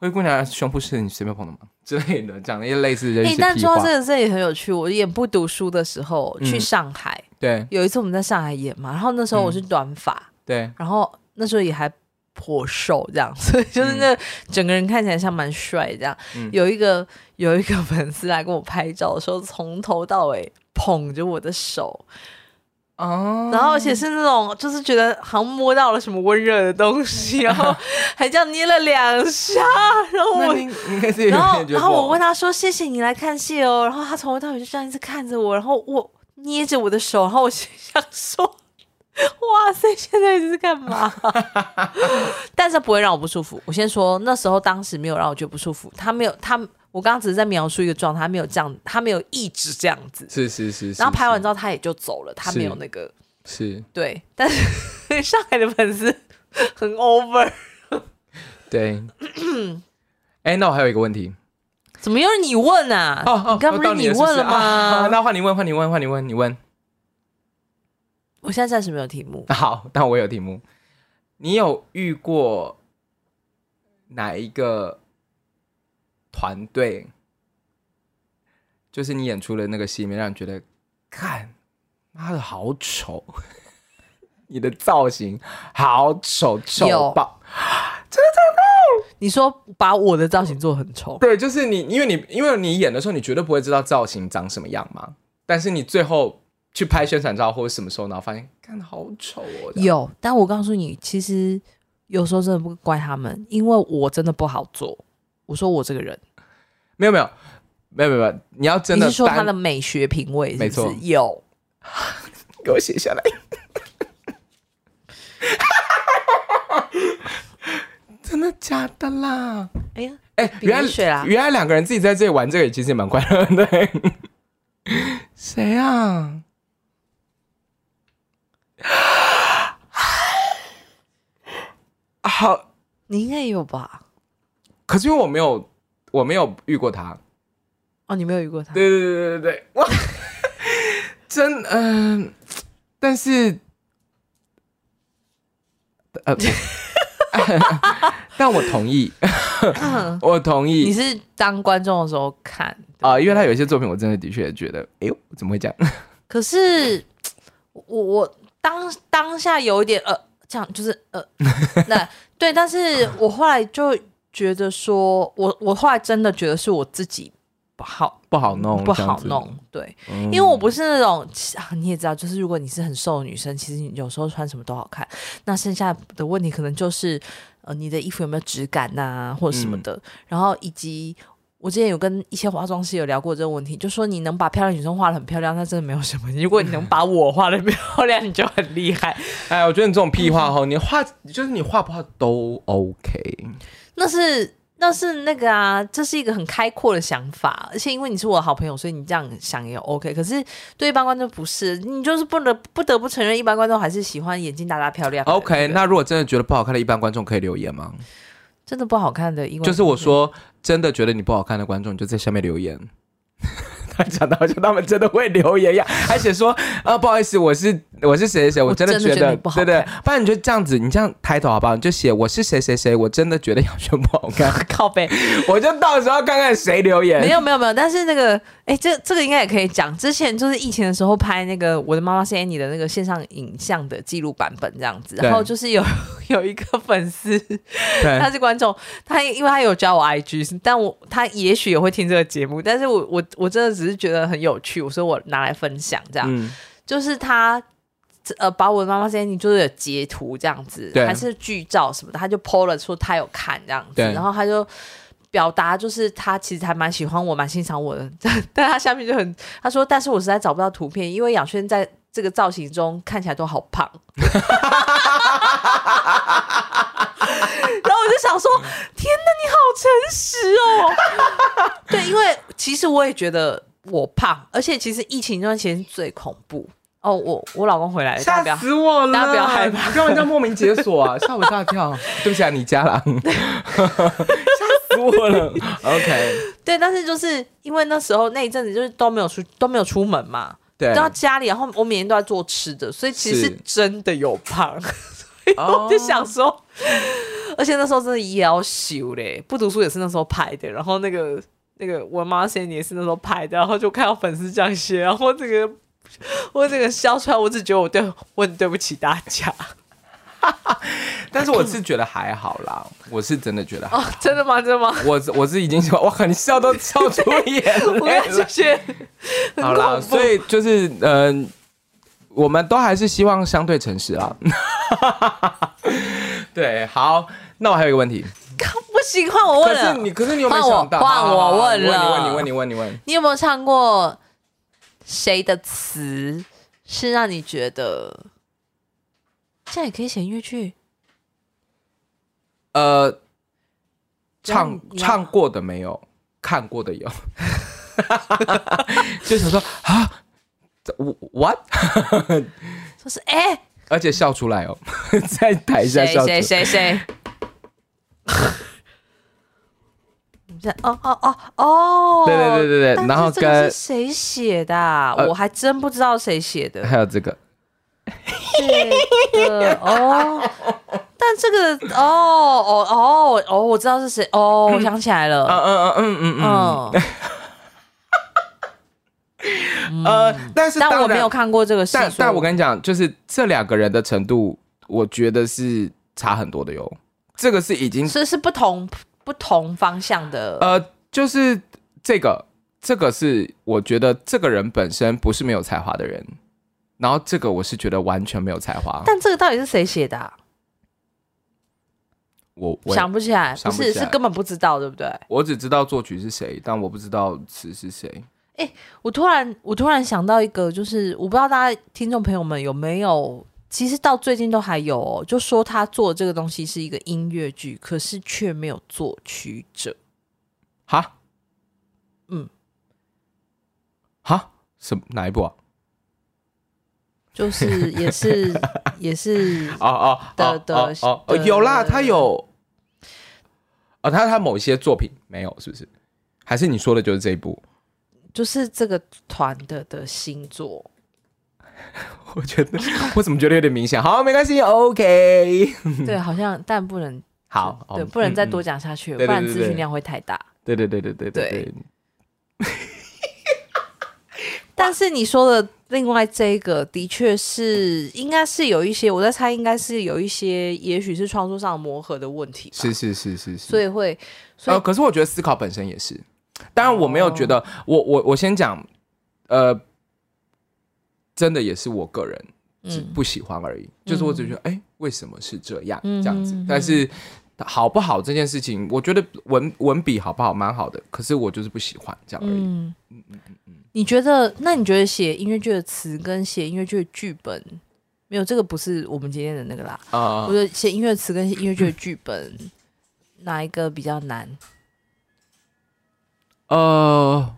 Speaker 1: 灰姑娘胸部是你随便碰的吗？之类的，讲了一些类似的一
Speaker 2: 哎、
Speaker 1: 些
Speaker 2: 但
Speaker 1: 屁
Speaker 2: 说
Speaker 1: 话。
Speaker 2: 到这个，这也很有趣。我演不读书的时候
Speaker 1: 嗯
Speaker 2: 去上海，
Speaker 1: 对
Speaker 2: 有一次我们在上海演嘛，然后那时候
Speaker 1: 嗯
Speaker 2: 我是短发，
Speaker 1: 对，
Speaker 2: 然后那时候也还颇瘦这样，所以 就是那整个人看起来像蛮帅这样。
Speaker 1: 嗯
Speaker 2: 有一个有一个粉丝来跟我拍照的时候，从头到尾捧着我的手，
Speaker 1: 哦，
Speaker 2: 然后而且是那种就是觉得好像摸到了什么温热的东西，然 后还这样捏了两下，然后
Speaker 1: 那
Speaker 2: 我
Speaker 1: 你 你开始有
Speaker 2: 然后
Speaker 1: 点觉
Speaker 2: 然后我问
Speaker 1: 他，
Speaker 2: 他说谢谢你来看戏哦，然后他从头到尾就这样一直看着我，然后我捏着我的手，然后我心想说。哇塞！现在这是干嘛？ 但是不会让我不舒服。我先说，那时候当时没有让我觉得不舒服。他没有，他我刚刚只是在描述一个状态，他没有这样，他没有一直这样子。
Speaker 1: 是是是是，
Speaker 2: 然后拍完
Speaker 1: 是
Speaker 2: 之后他也就走了，他没有
Speaker 1: 是
Speaker 2: 那个
Speaker 1: 是
Speaker 2: 对，但是 上海的粉丝很 over，
Speaker 1: 对。哎，那我还有一个问题，
Speaker 2: 怎么又是你问啊？
Speaker 1: 哦哦，
Speaker 2: 你刚不
Speaker 1: 到
Speaker 2: 是
Speaker 1: 你了
Speaker 2: 问了
Speaker 1: 是不是啊
Speaker 2: 吗？
Speaker 1: 那换你问，换你问，换你问，你问。
Speaker 2: 我现在暂时没有题目。
Speaker 1: 好，那我有题目。你有遇过哪一个团队？就是你演出的那个戏里面，让你觉得，看，妈的好丑， 你的造型好丑，丑
Speaker 2: 有
Speaker 1: 爆。
Speaker 2: 你说把我的造型做很丑，
Speaker 1: 对，就是你，因为你因为你演的时候，你绝对不会知道造型长什么样嘛。但是你最后去拍宣传照或者什么时候，然后发现，看好丑哦。这样
Speaker 2: 有，但我告诉你，其实有时候真的不怪他们，因为我真的不好做。我说我这个人，
Speaker 1: 没有没有没有没有没有，你要真
Speaker 2: 你
Speaker 1: 的
Speaker 2: 是说他
Speaker 1: 单
Speaker 2: 的美学品味是不
Speaker 1: 没
Speaker 2: 是
Speaker 1: 错？
Speaker 2: 有，
Speaker 1: 给我写下来。 真的假的啦？
Speaker 2: 哎呀，
Speaker 1: 哎、
Speaker 2: 比啊
Speaker 1: 原
Speaker 2: 你水啦
Speaker 1: 来原来两个人自己在这里玩这个，其实也蛮快乐的。对 谁啊？啊好，
Speaker 2: 你应该也有吧？
Speaker 1: 可是因为我没有，我没有遇过他。
Speaker 2: 哦，你没有遇过他，
Speaker 1: 对对对对对， 我真嗯、但是呃， 但我同意，我同
Speaker 2: 嗯你
Speaker 1: 意
Speaker 2: 是当观众的时候看
Speaker 1: 啊、因为他有一些作品，我真的的确觉得，哎呦，怎么会这样？
Speaker 2: 可是我我当当下有一点呃，这样就是呃，那对，但是我后来就觉得说，我我后来真的觉得是我自己不好
Speaker 1: 不好弄，
Speaker 2: 不
Speaker 1: 这样
Speaker 2: 好
Speaker 1: 子
Speaker 2: 弄，，对，
Speaker 1: 嗯
Speaker 2: 因为我不是那种、啊、你也知道，就是如果你是很瘦的女生，其实你有时候穿什么都好看，那剩下的问题可能就是呃你的衣服有没有质感呐、或者什么的，然后以及。我之前有跟一些化妆师有聊过这个问题，就说你能把漂亮女生画的很漂亮，那真的没有什么；如果你能把我画的漂亮，你就很厉害。
Speaker 1: 哎，我觉得你这种屁
Speaker 2: 嗯
Speaker 1: 话吼，你画就是你画不画都 OK，
Speaker 2: 那是那是那个啊，这是一个很开阔的想法，而且因为你是我的好朋友，所以你这样想也 OK。可是对一般观众不是，你就是不能不得不承认，一般观众还是喜欢眼睛大大漂亮的
Speaker 1: OK，
Speaker 2: 对不对
Speaker 1: 那如果真的觉得不好看的，一般观众可以留言吗？
Speaker 2: 真的不好看的，因为
Speaker 1: 就是我说真的觉得你不好看的观众，你就在下面留言。 他讲到好像他们真的会留言一样，而且说啊、不好意思，我是我是谁谁谁，
Speaker 2: 我
Speaker 1: 我真的
Speaker 2: 真的
Speaker 1: 觉
Speaker 2: 觉得
Speaker 1: 得
Speaker 2: 你不好
Speaker 1: 对对，不然你就这样子，你这样抬头好不好？你就写我是谁谁谁，我真的觉得姚轩不好 看，
Speaker 2: 靠背，
Speaker 1: 我就到时候看看谁留言。
Speaker 2: 没有没有没有，但是那个哎，这这个应该也可以讲。之前就是疫情的时候拍那个《我的妈妈是 Annie》的那个线上影像的记录版本这样子，
Speaker 1: 对
Speaker 2: 然后就是有 有一个粉丝，他
Speaker 1: 对，
Speaker 2: 是观众，他因为他有加我 IG，但我他也许也会听这个节目，但是我我我真的只是觉得很有趣，所以我拿来分享这样。
Speaker 1: 嗯，
Speaker 2: 就是他呃把我的妈妈 Sandy 就是有截图这样子，
Speaker 1: 对
Speaker 2: 还是剧照什么的，他就 PO 了说他有看这样子，
Speaker 1: 对
Speaker 2: 然后他就。表达就是他其实还蛮喜欢我，蛮欣赏我的， 但他下面就很他说，但是我实在找不到图片，因为杨轩在这个造型中看起来都好胖。然后我就想说，天哪，你好诚实哦！ 对，因为其实我也觉得我胖，而且其实疫情那段时间最恐怖哦。我我老公回来了，哎大家不
Speaker 1: 吓死
Speaker 2: 要
Speaker 1: 我了！
Speaker 2: 大家不要害怕
Speaker 1: 你干嘛这样莫名解锁 啊？吓我一大跳！对不起啊，你家啦，吓死我了。OK，
Speaker 2: 对，但是就是因为那时候那一阵子就是都没有出都没有出门嘛，
Speaker 1: 对
Speaker 2: 都，到家里，然后我每天都在做吃的，所以其
Speaker 1: 是
Speaker 2: 实是真的有胖，
Speaker 1: 哦
Speaker 2: 我就想说，而且那时候真的也要修嘞，不读书也是那时候拍的，然后那个那个我妈先也是那时候拍的，然后就看到粉丝这样写，然后这个我这个笑出来，我只觉得我对我很对不起大家
Speaker 1: 但是我是觉得还好啦，我是真的觉得还好。
Speaker 2: 哦，真的吗？真的吗？
Speaker 1: 我是我是已经说，哇，你笑都笑出眼
Speaker 2: 我
Speaker 1: 泪
Speaker 2: 感
Speaker 1: 了。
Speaker 2: 觉很
Speaker 1: 好啦，
Speaker 2: 恐怖
Speaker 1: 所以就是嗯、呃我们都还是希望相对诚实啊。 对，好，那我还有一个问题，
Speaker 2: 不行，换我
Speaker 1: 可
Speaker 2: 问
Speaker 1: 是
Speaker 2: 了，
Speaker 1: 你，可是你有没有
Speaker 2: 换我
Speaker 1: 想到？
Speaker 2: 换
Speaker 1: 好好
Speaker 2: 我
Speaker 1: 好
Speaker 2: 问
Speaker 1: 你
Speaker 2: 了
Speaker 1: 问你问你问你问，
Speaker 2: 你有没有唱过谁的词是让你觉得这样也可以写音乐剧？
Speaker 1: 呃，
Speaker 2: 这
Speaker 1: 唱
Speaker 2: 样你要
Speaker 1: 唱过的没有，看过的有， 就想说啊，这我 what，
Speaker 2: 说是哎，
Speaker 1: 而且笑出来哦， 在台下
Speaker 2: 谁
Speaker 1: 笑出
Speaker 2: 谁
Speaker 1: 来。
Speaker 2: 谁 谁？我们在哦哦哦哦，
Speaker 1: 对对对对对
Speaker 2: 但是
Speaker 1: 然后
Speaker 2: 这个
Speaker 1: 跟
Speaker 2: 是谁写的啊、
Speaker 1: 呃
Speaker 2: 我还真不知道谁 写的。
Speaker 1: 还有这个，
Speaker 2: 对的哦，但这个哦哦哦哦，我知道是谁哦，我想起来
Speaker 1: 嗯
Speaker 2: 了，
Speaker 1: 嗯嗯嗯嗯嗯，
Speaker 2: 嗯，
Speaker 1: 呃，但是
Speaker 2: 但
Speaker 1: 当
Speaker 2: 我没
Speaker 1: 然
Speaker 2: 有看过这个戏，
Speaker 1: 但
Speaker 2: 所以
Speaker 1: 但我跟你讲，就是这两个人的程度，我觉得是差很多的哟。这个是已经
Speaker 2: 是是不同不同方向的，
Speaker 1: 呃，就是这个这个是我觉得这个人本身不是没有才华的人，然后这个我是觉得完全没有才华。
Speaker 2: 但这个到底是谁写的啊？
Speaker 1: 我我
Speaker 2: 想不起来，
Speaker 1: 想
Speaker 2: 不
Speaker 1: 不
Speaker 2: 是
Speaker 1: 起
Speaker 2: 是
Speaker 1: 来
Speaker 2: 根本不知道，对不对？
Speaker 1: 我只知道作曲是谁，但我不知道词是谁。
Speaker 2: 我突然，我突然想到一个，就是我不知道大家听众朋友们有没有，其实到最近都还有哦，就说他做这个东西是一个音乐剧，可是却没有作曲者。
Speaker 1: 哈，
Speaker 2: 嗯，
Speaker 1: 哈，什么哪一部啊？
Speaker 2: 就是 也是也是，
Speaker 1: 哦哦
Speaker 2: 的
Speaker 1: 哦
Speaker 2: 的
Speaker 1: 哦哦哦，
Speaker 2: 的
Speaker 1: 有啦，他有，哦，他他某一些作品没有，是不是？还是你说的就是这一部？
Speaker 2: 就是这个团的的星 座，
Speaker 1: 我觉得我怎么觉得有点明显？好，没关系，OK，
Speaker 2: 对，好像但不能
Speaker 1: 好，
Speaker 2: 对，
Speaker 1: 哦
Speaker 2: 不能再。
Speaker 1: 嗯嗯
Speaker 2: 多讲下去了，
Speaker 1: 对对
Speaker 2: 不然
Speaker 1: 对
Speaker 2: 资
Speaker 1: 对
Speaker 2: 讯量会太大。
Speaker 1: 对对对对对对
Speaker 2: 对
Speaker 1: 对，
Speaker 2: 但是你说的另外这一个，的确是应该是有一些，我在猜应该是有一些，也许是创作上磨合的问题吧。
Speaker 1: 是是是是是。
Speaker 2: 所以会，所以、哦
Speaker 1: 呃，可是我觉得思考本身也是，当然我没有觉得，我我我先讲，呃，真的也是我个人只
Speaker 2: 嗯，
Speaker 1: 不喜欢而已，就是我只觉得，哎、为什么是这样、
Speaker 2: 嗯
Speaker 1: 这样子
Speaker 2: 嗯嗯？
Speaker 1: 但是好不好这件事情，我觉得文文笔好不好蛮好的，可是我就是不喜欢这样而已。
Speaker 2: 嗯，你觉得？那你觉得写音乐剧的词跟写音乐剧的剧本，没有这个不是我们今天的那个啦。
Speaker 1: 啊、
Speaker 2: 我觉得写音乐词跟音乐剧的剧本， 哪一个比较难，
Speaker 1: 呃，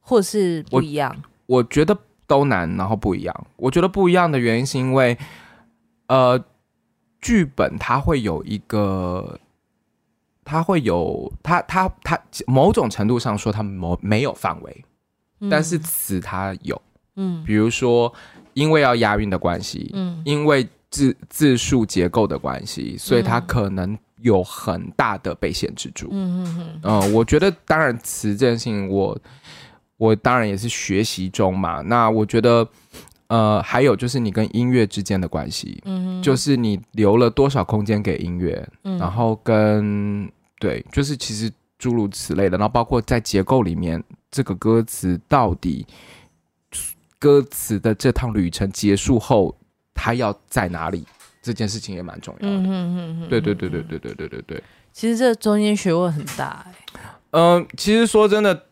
Speaker 2: 或者是不一样？
Speaker 1: 我觉得都难，然后不一样。我觉得不一样的原因是因为，呃，剧本它会有一个，它会有它它它某种程度上说它没没有范围，
Speaker 2: 嗯
Speaker 1: 但是，词它有，
Speaker 2: 嗯
Speaker 1: 比如说因为要押韵的关系，
Speaker 2: 嗯
Speaker 1: 因为字字数结构的关系，所以它
Speaker 2: 嗯
Speaker 1: 可能有很大的被限制住。
Speaker 2: 嗯嗯嗯，
Speaker 1: 嗯，我觉得当然词这件事情我，我当然也是学习中嘛。那我觉得，呃，还有就是你跟音乐之间的关系，
Speaker 2: 嗯哼，
Speaker 1: 就是你留了多少空间给音乐，
Speaker 2: 嗯
Speaker 1: 然后跟对，就是其实诸如此类的，然后包括在结构里面，这个歌词到底歌词的这趟旅程结束后，它要在哪里，这件事情也蛮重要的。
Speaker 2: 嗯嗯嗯嗯，
Speaker 1: 对对对对对对对对对。
Speaker 2: 其实这中间学问很大、欸，
Speaker 1: 嗯，其实说真的，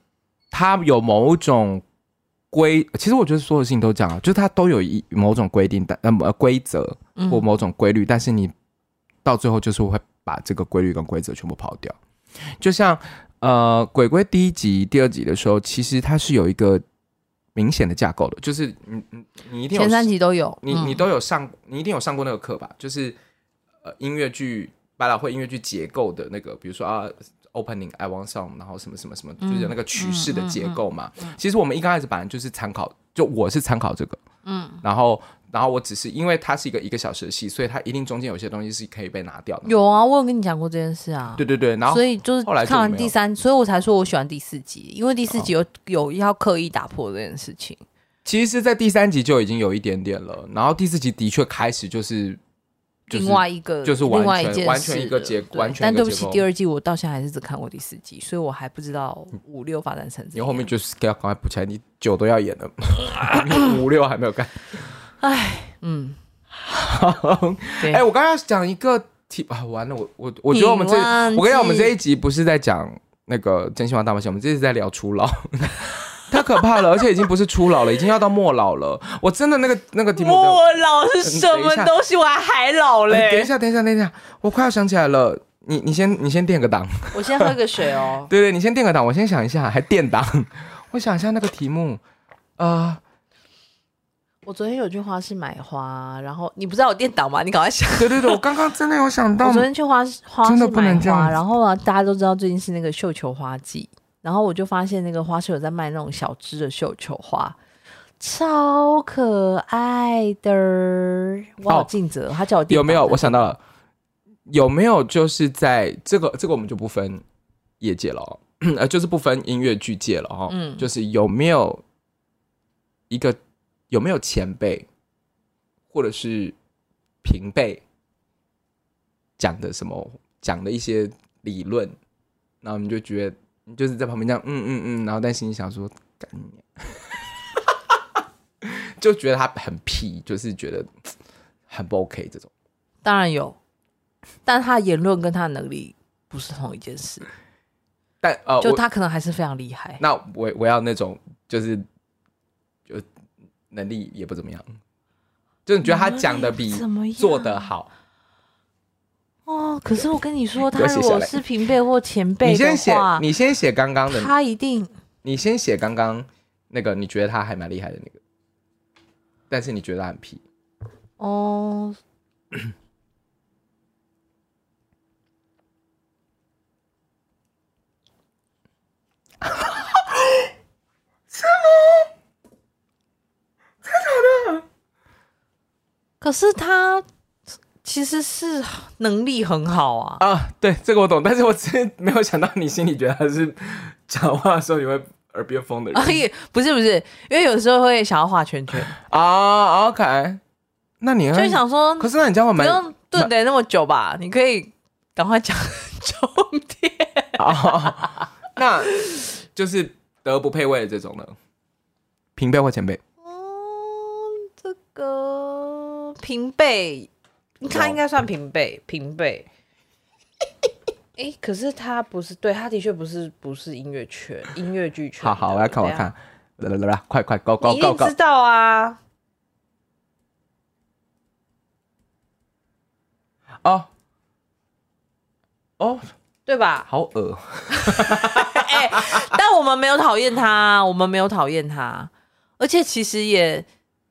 Speaker 1: 它有某种规，其实我觉得所有事情都这样啊，就是它都有一某种规定，但呃呃规则
Speaker 2: 嗯
Speaker 1: 或某种规律，但是你到最后就是会把这个规律跟规则全部抛掉。就像呃，鬼鬼第一集、第二集的时候，其实它是有一个明显的架构的，就是你你你一定有
Speaker 2: 前三集都有，
Speaker 1: 你
Speaker 2: 嗯
Speaker 1: 你都有上，你一定有上过那个课吧？就是呃，音乐剧百老汇音乐剧结构的那个，比如说啊，opening I want song，然后什么什么什么，就
Speaker 2: 嗯
Speaker 1: 是有那个曲式的结构嘛。其实我们一刚开始本来就是参考，就我是参考这个，嗯，然后然后我只是因为它是一个一个小时的戏，所以它一定中间有些东西是可以被拿掉的。
Speaker 2: 有啊，我有跟你讲过这件事啊，
Speaker 1: 对对对，然后
Speaker 2: 所以就是
Speaker 1: 后来就
Speaker 2: 看完
Speaker 1: 没有嗯
Speaker 2: 第三，所以我才说我喜欢第四集，因为第四集有、有要刻意打破这件事情。
Speaker 1: 其实，在第三集就已经有一点点了，然后第四集的确开始就是。就是
Speaker 2: 另外一个
Speaker 1: 就是完
Speaker 2: 另外
Speaker 1: 全
Speaker 2: 一件事
Speaker 1: 完全一个结
Speaker 2: 了对
Speaker 1: 完全一个
Speaker 2: 但对不
Speaker 1: 结
Speaker 2: 起，
Speaker 1: 构
Speaker 2: 第二季我到现在还是只看过第四集，所以我还不知道五六发展成这
Speaker 1: 你
Speaker 2: 样。
Speaker 1: 后面就是要赶快补起来，你九都要演了，五六还没有干。
Speaker 2: 嗯，
Speaker 1: 哎、
Speaker 2: 对
Speaker 1: 我刚刚要讲一个题啊，完了，我我我觉得我们这，
Speaker 2: 你忘记
Speaker 1: 我跟你讲，我们这一集不是在讲那个真心话大冒险，我们这是在聊初老， 太可怕了，而且已经不是初老了，已经要到末老了。我真的那个那个题目的，
Speaker 2: 莫老是什
Speaker 1: 嗯等
Speaker 2: 么
Speaker 1: 一下
Speaker 2: 东西？我还海老
Speaker 1: 哎等一
Speaker 2: 嘞！
Speaker 1: 下，等一下，等一下，我快要想起来了。你你先你先垫个档，。
Speaker 2: 我先喝个水哦
Speaker 1: 对对，你先垫个档，我先想一下，还垫档，我想一下那个题目，呃，
Speaker 2: 我昨天有去花市买花，然后你不知道有电档吗？你赶快想。
Speaker 1: 对对对，我刚刚真的有想到
Speaker 2: 我，昨天去花市花市
Speaker 1: 真的不
Speaker 2: 买
Speaker 1: 能这样
Speaker 2: 花，
Speaker 1: 子
Speaker 2: 然后啊，大家都知道最近是那个绣球花季，然后我就发现那个花市有在卖那种小枝的绣球花，超可爱的儿。我好
Speaker 1: 哦
Speaker 2: 尽责，他叫我电
Speaker 1: 有没有？
Speaker 2: 档的
Speaker 1: 我想到了，有没有就是在这个这个我们就不分业界了、哦， 呃，就是不分音乐剧界了哦。
Speaker 2: 嗯
Speaker 1: 就是有没有一个有没有前辈或者是平辈讲的什么讲的一些理论，然后你就觉得你就是在旁边这样嗯嗯嗯，然后但心里想说干你娘， 就觉得他很屁，就是觉得嘖很不 OK 这种。
Speaker 2: 当然有，但他的言论跟他的能力不是同一件事，
Speaker 1: 但呃，
Speaker 2: 就
Speaker 1: 我
Speaker 2: 他可能还是非常厉害。
Speaker 1: 那我我要那种就是就能力也不怎么样，就你觉得他讲的比
Speaker 2: 怎么样
Speaker 1: 做的好，
Speaker 2: 哦？可是我跟 你说，他
Speaker 1: 要写
Speaker 2: 如
Speaker 1: 下
Speaker 2: 果
Speaker 1: 来
Speaker 2: 是平辈或前
Speaker 1: 你
Speaker 2: 辈的
Speaker 1: 先写
Speaker 2: 话，
Speaker 1: 你先写刚刚的，
Speaker 2: 他一定
Speaker 1: 你先写刚刚那个你觉得他还蛮厉害的那个，但是你觉得他很皮，
Speaker 2: 哦。可是他其实是能力很好啊，
Speaker 1: 啊，对，这个我懂，但是我真的没有想到你心里觉得他是讲话的时候你会耳边风的人
Speaker 2: 啊也不是不是，因为有时候会想要画圈圈，
Speaker 1: 啊，OK，那你
Speaker 2: 就
Speaker 1: 会
Speaker 2: 会，想说
Speaker 1: 嗯可是那你这样会
Speaker 2: 不
Speaker 1: 蛮
Speaker 2: 用顿得那么久吧，你可以赶快讲 重点。
Speaker 1: 哦， 那就是德不配位的这种呢，平辈或前辈，
Speaker 2: 嗯，这个平辈，他应该算平辈，平 辈。哎、可是他不是，对他的确不是不是音乐圈，音乐剧圈
Speaker 1: 好
Speaker 2: 的。
Speaker 1: 好，我要看，我
Speaker 2: 等
Speaker 1: 要
Speaker 2: 一
Speaker 1: 看
Speaker 2: 下，，
Speaker 1: 来来来来，快快，go go
Speaker 2: 你一
Speaker 1: go
Speaker 2: 定
Speaker 1: go，
Speaker 2: 知道啊。
Speaker 1: 哦哦，
Speaker 2: 对吧？
Speaker 1: 好恶，
Speaker 2: 哎、但我们没有讨厌他，我们没有讨厌他，而且其实也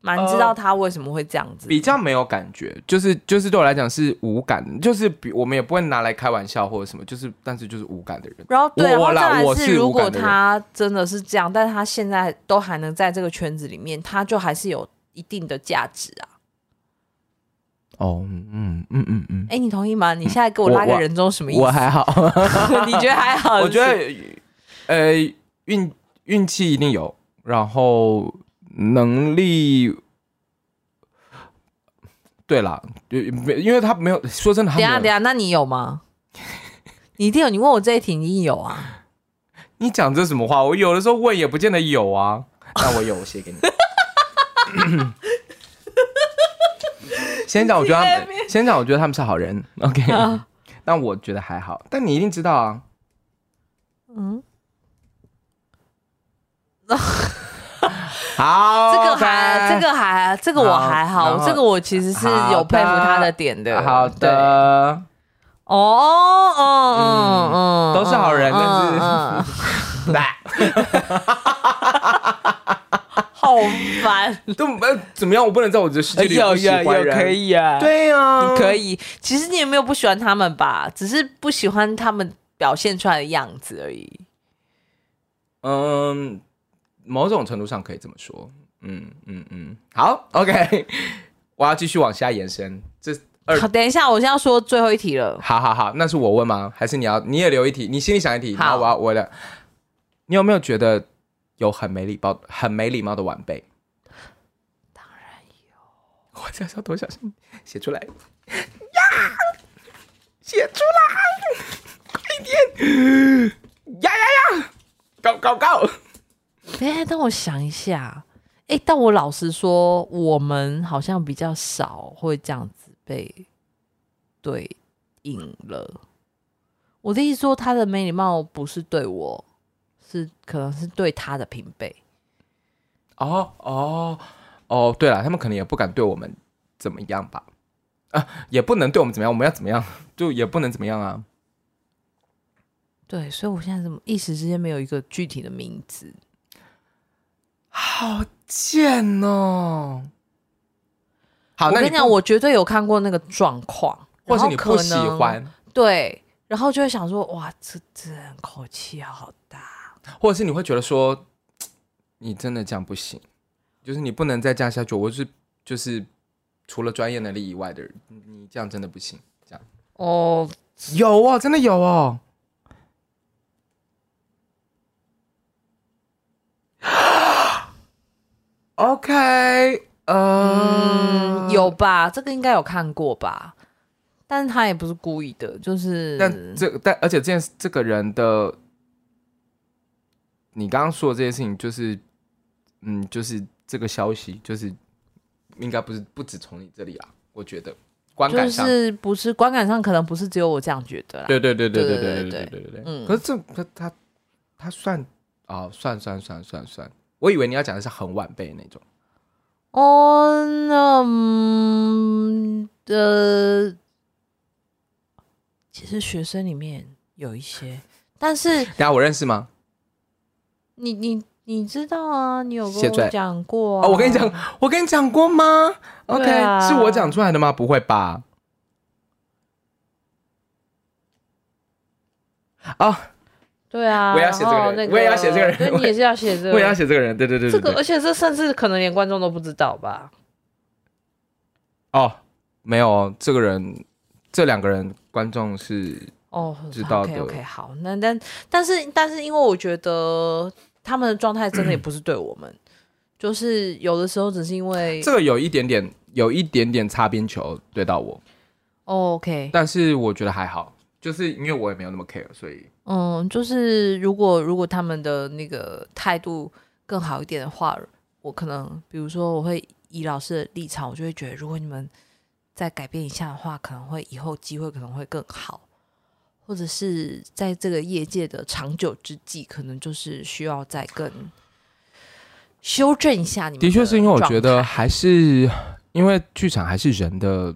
Speaker 2: 蛮知道他为什么会这样子。
Speaker 1: 比较没有感觉，就是就是对我来讲是无感的，就是比我们也不会拿来开玩笑或者什么，就是但是就是无感的人，
Speaker 2: 然后对，然
Speaker 1: 我
Speaker 2: 后
Speaker 1: 我啦
Speaker 2: 再来
Speaker 1: 我是
Speaker 2: 如
Speaker 1: 无感
Speaker 2: 果
Speaker 1: 的
Speaker 2: 他真的是这样，但是他现在都还能在这个圈子里面，他就还是有一定的价值啊。
Speaker 1: 哦，嗯嗯嗯嗯，
Speaker 2: 哎，你同意吗？你现在给我
Speaker 1: 我
Speaker 2: 拉个
Speaker 1: 我
Speaker 2: 人中什么意思？
Speaker 1: 我还好，
Speaker 2: 你觉得还好？
Speaker 1: 我觉得呃运运气一定有，然后能力。对啦，就因为他没有说真的，他
Speaker 2: 等一
Speaker 1: 没
Speaker 2: 下
Speaker 1: 有
Speaker 2: 等一下，那你有吗？你一定有，你问我这一题，你一定有啊。
Speaker 1: 你讲这什么话？我有的时候问也不见得有 啊。那我有，我写给你。 先讲，我觉得他们，先讲，我觉得他们是好人。OK，
Speaker 2: 啊
Speaker 1: 但我觉得还好。但你一定知道啊。
Speaker 2: 嗯，
Speaker 1: 好，
Speaker 2: 这个还这个还这个我
Speaker 1: 好
Speaker 2: 还好，
Speaker 1: 然后
Speaker 2: 这个我其实是有佩服他的点的。
Speaker 1: 好
Speaker 2: 对
Speaker 1: 的，
Speaker 2: 哦哦嗯嗯，
Speaker 1: 都是好人
Speaker 2: 嗯
Speaker 1: 但是 来，
Speaker 2: 嗯嗯好烦。
Speaker 1: 都 呃怎么样？我不能在我的世界里
Speaker 2: 哎有
Speaker 1: 不喜
Speaker 2: 有
Speaker 1: 欢
Speaker 2: 有
Speaker 1: 人。
Speaker 2: 可以啊，，
Speaker 1: 对呀，
Speaker 2: 你可以。其实你也没有不喜欢他们吧，只是不喜欢他们表现出来的样子而已。
Speaker 1: 嗯，某种程度上可以这么说。嗯嗯嗯，好，OK，我 要继续往下延伸。这二，
Speaker 2: 好，等一下，我现在要说最后一题了。
Speaker 1: 好好好，那是我问吗？还是你要你也留一题？你心里想一题，
Speaker 2: 好
Speaker 1: 然后我要我的。你有没有觉得有很没礼貌、很没礼貌的晚辈？当然有。我这要多小心写出来呀！写出来，快一点！呀呀呀！高高高！
Speaker 2: 等一下，让我想一下。哎、但我老实说，我们好像比较少会这样子被对应了。我的意思说，他的没礼貌不是对我，是可能是对他的平辈。
Speaker 1: 哦哦哦，对了，他们可能也不敢对我们怎么样吧？啊，也不能对我们怎么样，我们要怎么样，就也不能怎么样啊。
Speaker 2: 对，所以我现在怎么一时之间没有一个具体的名字？
Speaker 1: 好贱哦！好，
Speaker 2: 我
Speaker 1: 那
Speaker 2: 跟
Speaker 1: 你
Speaker 2: 你讲，
Speaker 1: 不
Speaker 2: 我绝对有看过那个状况，
Speaker 1: 或
Speaker 2: 然
Speaker 1: 是
Speaker 2: 后
Speaker 1: 你
Speaker 2: 可
Speaker 1: 不喜
Speaker 2: 能
Speaker 1: 欢，
Speaker 2: 对，然后就会想说，哇，这这人口气好大，
Speaker 1: 或者是你会觉得说，嘖你真的这样不行，就是你不能再这样下去。我是就是除了专业能力以外的人，你你这样真的不行。
Speaker 2: 哦，
Speaker 1: 有哦，真的有哦。OK，呃，
Speaker 2: 嗯，有吧？这个应该有看过吧？但是他也不是故意的，就是
Speaker 1: 但这但而且这件事这个人的，你刚刚说的这件事情，就是嗯，就是这个消息，就是应该不是不止从你这里啦，我觉得观
Speaker 2: 就
Speaker 1: 感上，
Speaker 2: 是不是观感上可能不是只有我这样觉得啦。
Speaker 1: 对对对对
Speaker 2: 对
Speaker 1: 对对对
Speaker 2: 对对
Speaker 1: 对对对。
Speaker 2: 嗯
Speaker 1: 可是这他他他算啊、算算算算算，我以为你要讲的是很晚辈那种，
Speaker 2: 哦，那嗯呃，其实学生里面有一些，但是
Speaker 1: 等下我认识吗？
Speaker 2: 你你你知道啊，你有
Speaker 1: 谢
Speaker 2: 跟
Speaker 1: 罪
Speaker 2: 我讲过、啊
Speaker 1: 哦，我跟你讲，我跟你讲过吗？OK，、
Speaker 2: 对啊
Speaker 1: 是我讲出来的吗？不会吧？哦，
Speaker 2: 对 啊，
Speaker 1: 我也要写这个人
Speaker 2: 然后那
Speaker 1: 我也要写这个人
Speaker 2: 对你也是要写这个，
Speaker 1: 我也要写这个人，对对对
Speaker 2: 这
Speaker 1: 对对。
Speaker 2: 个，而且这甚至可能连观众都不知道吧？
Speaker 1: 哦，没有哦，这个人，这两个人，观众是
Speaker 2: 哦，
Speaker 1: 知道的
Speaker 2: OK OK，好，那但但是但是，因为我觉得他们的状态真的也不是对我们， 就是有的时候只是因为、
Speaker 1: 这个有一点点，有一点点擦边球对到我，
Speaker 2: 哦、OK，
Speaker 1: 但是我觉得还好，就是因为我也没有那么 care，所以
Speaker 2: 嗯，就是如果如果他们的那个态度更好一点的话，我可能比如说我会以老师的立场，我就会觉得，如果你们再改变一下的话，可能会以后机会可能会更好，或者是在这个业界的长久之计，可能就是需要再更修正一下你们。
Speaker 1: 嗯的确是因为我觉得，还是因为剧场还是人的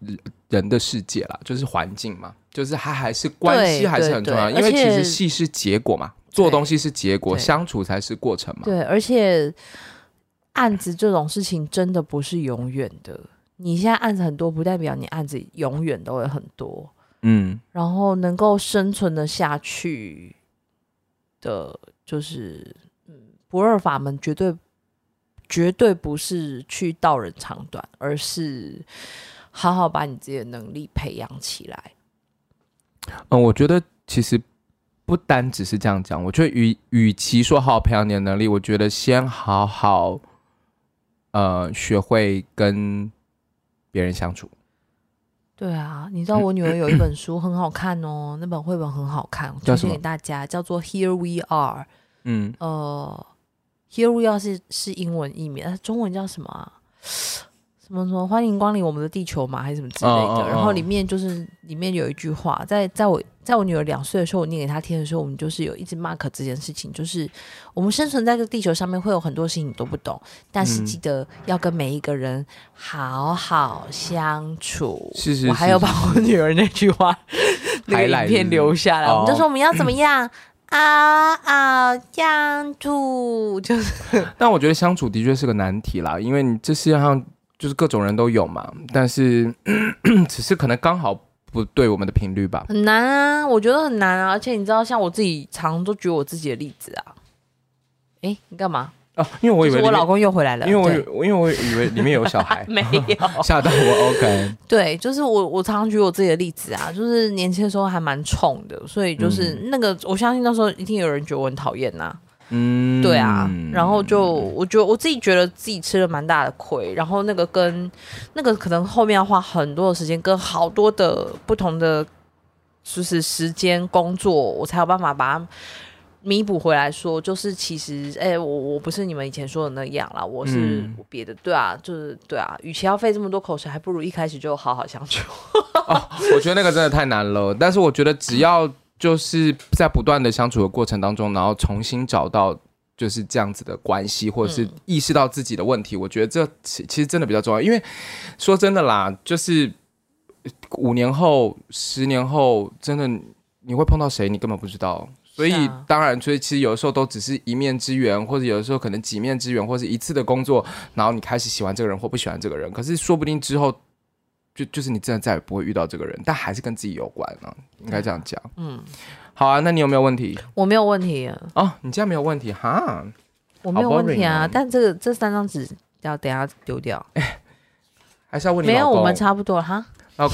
Speaker 1: 人人的世界啦，就是环境嘛，就是它还是关系
Speaker 2: 对
Speaker 1: 还是很重要，
Speaker 2: 对
Speaker 1: 因
Speaker 2: 对
Speaker 1: 为其
Speaker 2: 而
Speaker 1: 实
Speaker 2: 且
Speaker 1: 戏是结果嘛，做东西是结果，
Speaker 2: 对
Speaker 1: 相处才是过程嘛。
Speaker 2: 对，而且案子这种事情真的不是永远的。你现在案子很多，不代表你案子永远都会很多。
Speaker 1: 嗯，
Speaker 2: 然后能够生存的下去的，就是嗯，不二法门绝对绝对不是去道人长短，而是好好把你自己的能力培养起来。
Speaker 1: 嗯，我觉得其实不单只是这样讲，我觉得与与其说好好培养你的能力，我觉得先好好呃学会跟别人相处。
Speaker 2: 对啊，你知道我女儿有一本书很好看哦，那本绘本很好看，我
Speaker 1: 叫
Speaker 2: 推
Speaker 1: 什
Speaker 2: 荐
Speaker 1: 么
Speaker 2: 给大家，叫做《Here We Are》。
Speaker 1: 嗯，
Speaker 2: 呃，Here We Are 是是英文译名，呃中文叫什么啊？ 什么什么？欢迎光临我们的地球嘛，还是什么之类的。
Speaker 1: 哦哦哦
Speaker 2: 然后里面就是里面有一句话，在在我在我女儿两岁的时候，我念给她听的时候，我们就是有一直 mark 这件事情，就是我们生存在这个地球上面，会有很多事情你都不懂，但是
Speaker 1: 嗯
Speaker 2: 记得要跟每一个人好好相处。
Speaker 1: 是是
Speaker 2: 我还要把我女儿那句话 那个
Speaker 1: Highlight
Speaker 2: 影片留下来，
Speaker 1: 是不是
Speaker 2: 我们就说我们要怎 么样。啊啊，相处就是
Speaker 1: 但我觉得相处的确是个难题啦，因为你这世界上就是各种人都有嘛，但是 只是可能刚好不对我们的频率吧。
Speaker 2: 很难啊，我觉得很难啊。而且你知道，像我自己常都举我自己的例子啊。诶，你干嘛？
Speaker 1: 啊，因为我以
Speaker 2: 就
Speaker 1: 为
Speaker 2: 是我
Speaker 1: 里面
Speaker 2: 老，公又回来了，
Speaker 1: 因为我以
Speaker 2: 对，
Speaker 1: 为因为我以为里面有小孩哦
Speaker 2: 没有。
Speaker 1: 吓到我。OK，
Speaker 2: 对，就是我，我常举我自己的例子啊，就是年轻的时候还蛮冲的，所以就是那个，我相信那时候一定有人觉得我很讨厌啊呐、
Speaker 1: 嗯，
Speaker 2: 对啊，然后就我觉得我自己觉得自己吃了蛮大的亏，然后那个跟那个可能后面要花很多的时间跟好多的不同的就是时间工作，我才有办法把它弥补回来说，就是其实，哎、我我不是你们以前说的那样啦，我是
Speaker 1: 嗯
Speaker 2: 别的，对啊，就是对啊，与其要费这么多口舌，还不如一开始就好好相处。
Speaker 1: 哦，我觉得那个真的太难了。但是我觉得只要就是在不断的相处的过程当中，然后重新找到就是这样子的关系，或者
Speaker 2: 嗯
Speaker 1: 是意识到自己的问题，我觉得这其其实真的比较重要。因为说真的啦，就是呃五年后、十年后，真的你会碰到谁，你根本不知道。所
Speaker 2: 是
Speaker 1: 以
Speaker 2: 啊
Speaker 1: 当然，所以其实有的时候都只是一面之缘，或者有的时候可能几面之缘，或是一次的工作，然后你开始喜欢这个人或不喜欢这个人，可是说不定之后就就是你真的再也不会遇到这个人，但还是跟自己有关啊，应该这样讲。
Speaker 2: 嗯，
Speaker 1: 好啊，那你有没有问题？
Speaker 2: 我没有问题啊，
Speaker 1: 哦，你这样没有问题哈？
Speaker 2: 我没有问题
Speaker 1: 好 boring
Speaker 2: 啊
Speaker 1: 哦，
Speaker 2: 但这个这三张纸要等一下丢掉，
Speaker 1: 还是要问你
Speaker 2: 没
Speaker 1: 老
Speaker 2: 有，
Speaker 1: 公？
Speaker 2: 我们差不多了哈。
Speaker 1: 哎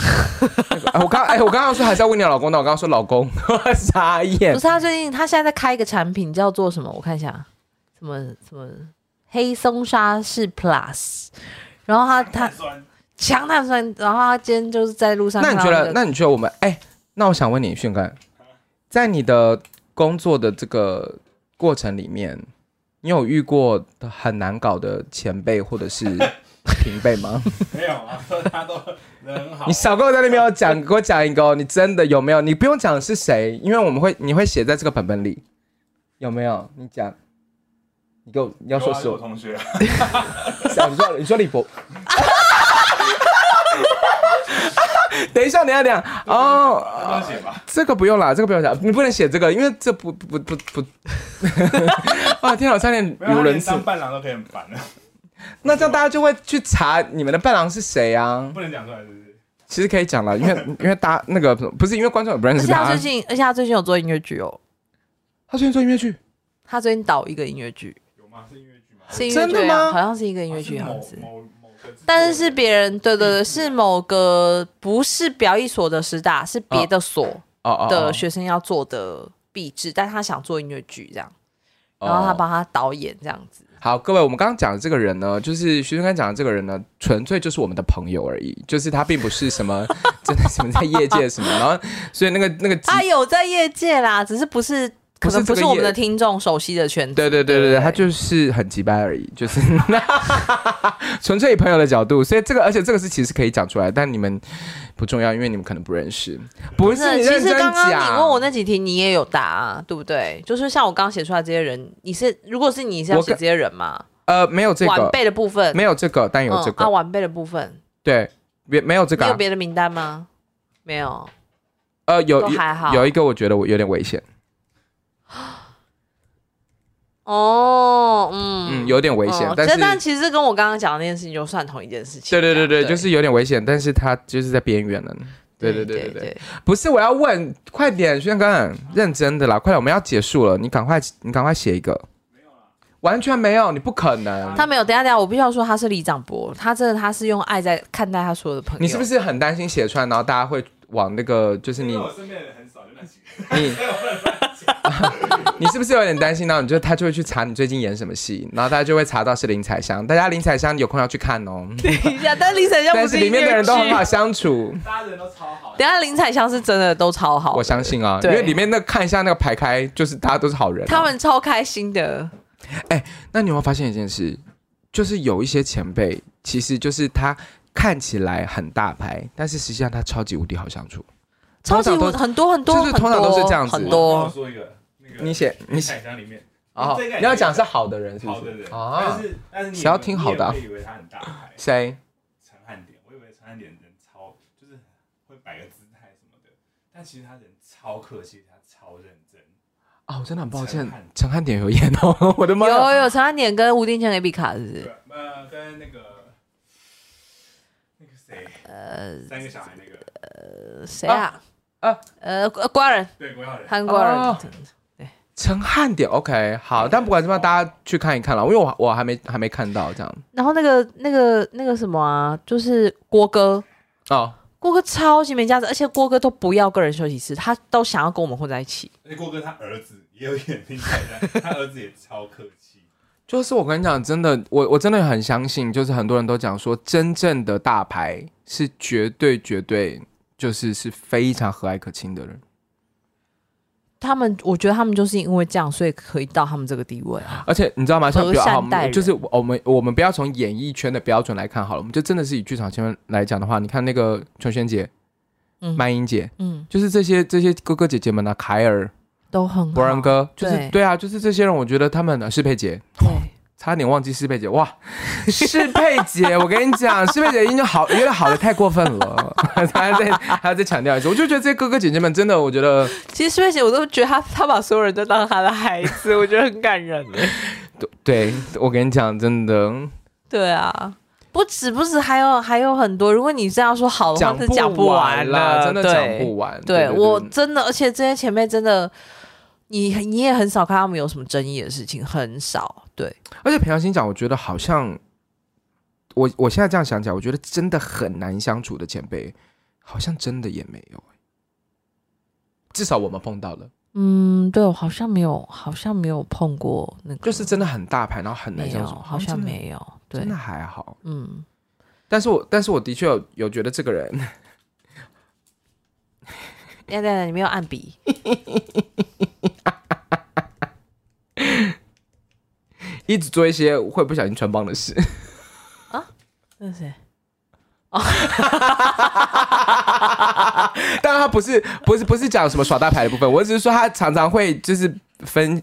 Speaker 1: 我刚哎，我刚刚说还是要问你老公的，我刚刚说老公， 我傻眼
Speaker 2: 不。是他最近他现在在开一个产品叫做什么？我看一下，什么什么黑松沙士 Plus，然后他他
Speaker 3: 碳酸
Speaker 2: 强碳酸，然后他今天就是在路上
Speaker 1: 那
Speaker 2: 看
Speaker 1: 你
Speaker 2: 到
Speaker 1: 觉
Speaker 2: 个、
Speaker 1: 得？那你觉得我们？哎，那我想问你，炫哥，在你的工作的这个过程里面，你有遇过很难搞的前辈或者 是平辈吗？
Speaker 3: 没有啊，他都人很好
Speaker 1: 你。少跟我在那边有讲，给我讲一个哦、你真的有没有？你不用讲是谁，因为我们会你会写在这个本本里，有没有？你讲，你给我你要
Speaker 3: 有
Speaker 1: 说
Speaker 3: 啊
Speaker 1: 是
Speaker 3: 有
Speaker 1: 我，
Speaker 3: 同学，
Speaker 1: 讲你说你说李 博。等一下，等一下，等一下哦，
Speaker 3: 乱写吧。
Speaker 1: 这个不用啦，这个不用讲，你不能写这个，因为这不不不不， 啊！天啊，我差点
Speaker 3: 没
Speaker 1: 语
Speaker 3: 有，
Speaker 1: 无
Speaker 3: 他
Speaker 1: 伦
Speaker 3: 连
Speaker 1: 次。
Speaker 3: 当伴郎都可以很烦的，
Speaker 1: 那这样大家就会去查你们的伴郎是谁啊？
Speaker 3: 不能讲出来，是不是？
Speaker 1: 其实可以讲了，因为因为大家那个不是因为观众也不认
Speaker 2: 而
Speaker 1: 识
Speaker 2: 且他
Speaker 1: 他
Speaker 2: 最，近，而且他最近有做音乐剧哦，
Speaker 1: 他最近做音乐剧。
Speaker 2: 他最近导一个音乐剧，
Speaker 3: 有吗？是音乐剧吗？
Speaker 2: 是音乐
Speaker 1: 真
Speaker 2: 剧、
Speaker 1: 的
Speaker 2: 啊、
Speaker 1: 吗
Speaker 2: 好像是一个音乐
Speaker 3: 啊是
Speaker 2: 剧，好
Speaker 3: 某
Speaker 2: 像是。
Speaker 3: 某某个制作人，
Speaker 2: 但是是别人，对对对，是某个不是表艺所的师大，是别的所
Speaker 1: 哦哦
Speaker 2: 的学生要做的壁纸，但他想做音乐剧这样，
Speaker 1: 哦
Speaker 2: 然后他帮他导演这样子。
Speaker 1: 好，各位，我们刚刚讲的这个人呢，就是徐俊刚讲的这个人呢，纯粹就是我们的朋友而已，就是他并不是什么 真的什么在业界什么，然后所以那个那个集
Speaker 2: 他有在业界啦，只是不是可能
Speaker 1: 不是这
Speaker 2: 不
Speaker 1: 个
Speaker 2: 是我们
Speaker 1: 业
Speaker 2: 的听众熟悉的圈子。
Speaker 1: 对对对对对，他就是很急掰而已，就是 纯粹以朋友的角度，所以这个而且这个是其实可以讲出来，但你们不重要，因为你们可能不认识。不
Speaker 2: 不
Speaker 1: 是，你
Speaker 2: 其
Speaker 1: 认
Speaker 2: 实
Speaker 1: 真
Speaker 2: 刚刚你
Speaker 1: 讲。
Speaker 2: 问我那几题，你也有答、啊，对不对？就是像我刚写出来这些人，你是如果是你是要
Speaker 1: 我
Speaker 2: 写
Speaker 1: 跟
Speaker 2: 这些人嘛？
Speaker 1: 呃，没有这
Speaker 2: 晚
Speaker 1: 个，
Speaker 2: 辈的部分，
Speaker 1: 没有这个，但有这
Speaker 2: 嗯、啊，
Speaker 1: 个，
Speaker 2: 晚辈的部分，
Speaker 1: 对，没没有这个
Speaker 2: 你有
Speaker 1: 啊，
Speaker 2: 别的名单吗？没有，
Speaker 1: 呃，有
Speaker 2: 都还好。
Speaker 1: 有一个我觉得我有点危险，
Speaker 2: 哦，嗯
Speaker 1: 嗯，有点危险
Speaker 2: 嗯，
Speaker 1: 但
Speaker 2: 这
Speaker 1: 是
Speaker 2: 但其实跟我刚刚讲的那件事情就算同一件事
Speaker 1: 对
Speaker 2: 情。
Speaker 1: 对对
Speaker 2: 这
Speaker 1: 对，
Speaker 2: 样
Speaker 1: 就是有点危险，但是他就是在边缘了。对对对
Speaker 2: 对
Speaker 1: 对对，，不是我要问，快点，轩哥，认真的啦，快点，我们要结束了，你赶快，你赶快写一个。完全没有，你不可能。
Speaker 2: 他没有，等一下等一下，我必须要说他是李长博，他真的他是用爱在看待他所有的朋友。
Speaker 1: 你是不
Speaker 2: 是？
Speaker 1: 是很担心写出来，然后大家会往那个，就是你
Speaker 3: 因为我身边的人很少，就那几个。
Speaker 1: 你 你是不是有点担心？然后你就他就会去查你最近演什么戏，然后大家就会查到是林采香，大家林采香有空要去看哦。
Speaker 2: 等一下，但林采 香
Speaker 1: 但
Speaker 2: 不
Speaker 1: 是
Speaker 2: 音
Speaker 1: 里面的
Speaker 2: 乐
Speaker 1: 人都很
Speaker 2: 剧
Speaker 1: 好相处，
Speaker 3: 大家人都超好。
Speaker 2: 等一下林采香是真的都超好
Speaker 1: 我，相信啊，因
Speaker 2: 对
Speaker 1: 为里面那看一下那个排开，就是大家都是好人啊、
Speaker 2: 他们超开心的。
Speaker 1: 那你有没有发现一件事？就是有一些前辈，其实就是他看起来很大牌，但是实际上他超级无敌好相处。
Speaker 2: 超级
Speaker 1: 通常
Speaker 2: 无
Speaker 1: 都
Speaker 2: 很多很多，
Speaker 1: 就是通常都是这样子
Speaker 2: 很
Speaker 3: 我
Speaker 2: 多
Speaker 3: 说一个，那个
Speaker 1: 你写你写
Speaker 3: 彩箱里面
Speaker 1: 哦
Speaker 3: 这个，
Speaker 1: 你要讲是好的人是不
Speaker 3: 好
Speaker 1: 是？
Speaker 3: 的人，
Speaker 1: 啊
Speaker 3: 但是但是你
Speaker 1: 谁要听好的啊
Speaker 3: 你也会以为他很大牌。
Speaker 1: 谁？
Speaker 3: 陈汉典，我以为陈汉典人超就是会摆个姿态什么的，但其实他人超客气，他超认真。
Speaker 1: 哦，我真的很抱歉
Speaker 3: 陈汉，
Speaker 1: 陈汉典有演哦， 我的妈
Speaker 2: 有
Speaker 1: 呀！
Speaker 2: 有有陈汉典跟吴定谦 A B 卡是不是？
Speaker 3: 对，呃，跟那个那个谁，呃，三个小孩那个，
Speaker 2: 谁啊？
Speaker 1: 啊
Speaker 2: 呃，呃瓜人，
Speaker 3: 对，郭耀仁，
Speaker 2: 韩国人，
Speaker 1: 哦陈汉典，OK，好，但不管怎么样，大家去看一看了，因为我我还没还没看到这样。
Speaker 2: 然后那个那个那个什么啊，就是郭哥，
Speaker 1: 哦，
Speaker 2: 郭哥超级没架子，而且郭哥都不要个人休息室，他都想要跟我们混在一起。
Speaker 3: 而且郭哎哥他儿子也有演林彩山，他儿子也超客气。
Speaker 1: 就是我跟你讲，真的，我我真的很相信，就是很多人都讲说，真正的大牌是绝对绝对就是是非常和蔼可亲的人。
Speaker 2: 他们，我觉得他们就是因为这样，所以可以到他们这个地位啊。
Speaker 1: 而且你知道吗？像比如
Speaker 2: 和
Speaker 1: 好，
Speaker 2: 善
Speaker 1: 我
Speaker 2: 待
Speaker 1: 们
Speaker 2: 人
Speaker 1: 就是我们我们不要从演艺圈的标准来看好了，我们就真的是以剧场圈来讲的话，你看那个琼轩姐、
Speaker 2: 嗯
Speaker 1: 曼英姐，
Speaker 2: 嗯，
Speaker 1: 就是这些这些哥哥姐姐们啊，凯尔、
Speaker 2: 都很好。
Speaker 1: 博然哥，就是
Speaker 2: 嗯对
Speaker 1: 对啊，就是这些人，我觉得他们呃适配姐，
Speaker 2: 对，
Speaker 1: 差点忘记适配姐， 哇，适配姐，我跟你讲，适配姐已经好，有点好的太过分了， 还要再还要再强调一次，我就觉得这些哥哥姐姐们真的，我觉得
Speaker 2: 其实瑞姐，我都觉得她她把所有人都当她的孩 子，我觉得很感人欸
Speaker 1: 对我跟你讲，真的
Speaker 2: 对啊，不止不止，还有还有很多。如果你这样说好的话，是讲
Speaker 1: 不
Speaker 2: 完
Speaker 1: 啦，
Speaker 2: 了，
Speaker 1: 真的
Speaker 2: 对
Speaker 1: 讲不完。
Speaker 2: 对
Speaker 1: 对
Speaker 2: 我
Speaker 1: 对
Speaker 2: 真的，而且这些前辈真的，你你也很少看他们有什么争议的事情，很少。对，
Speaker 1: 而且平常心讲，我觉得好像我我现在这样想起来，我觉得真的很难相处的前辈，好像真的也没有、欸至少我们碰到了，
Speaker 2: 嗯，对我好像没有，好像没有碰过那个，
Speaker 1: 就是真的很大牌，然后很难
Speaker 2: 没有，
Speaker 1: 相处，
Speaker 2: 好像
Speaker 1: 真的，
Speaker 2: 没有。对
Speaker 1: 真的，还好。
Speaker 2: 嗯，
Speaker 1: 但是我但是我的确有有觉得这个人，
Speaker 2: 等等，你没有按笔，
Speaker 1: 一直做一些会不小心穿帮的事，
Speaker 2: 那谁？
Speaker 1: 当然他不是不是不是讲什么耍大牌的部分，我只是说他常常会就是分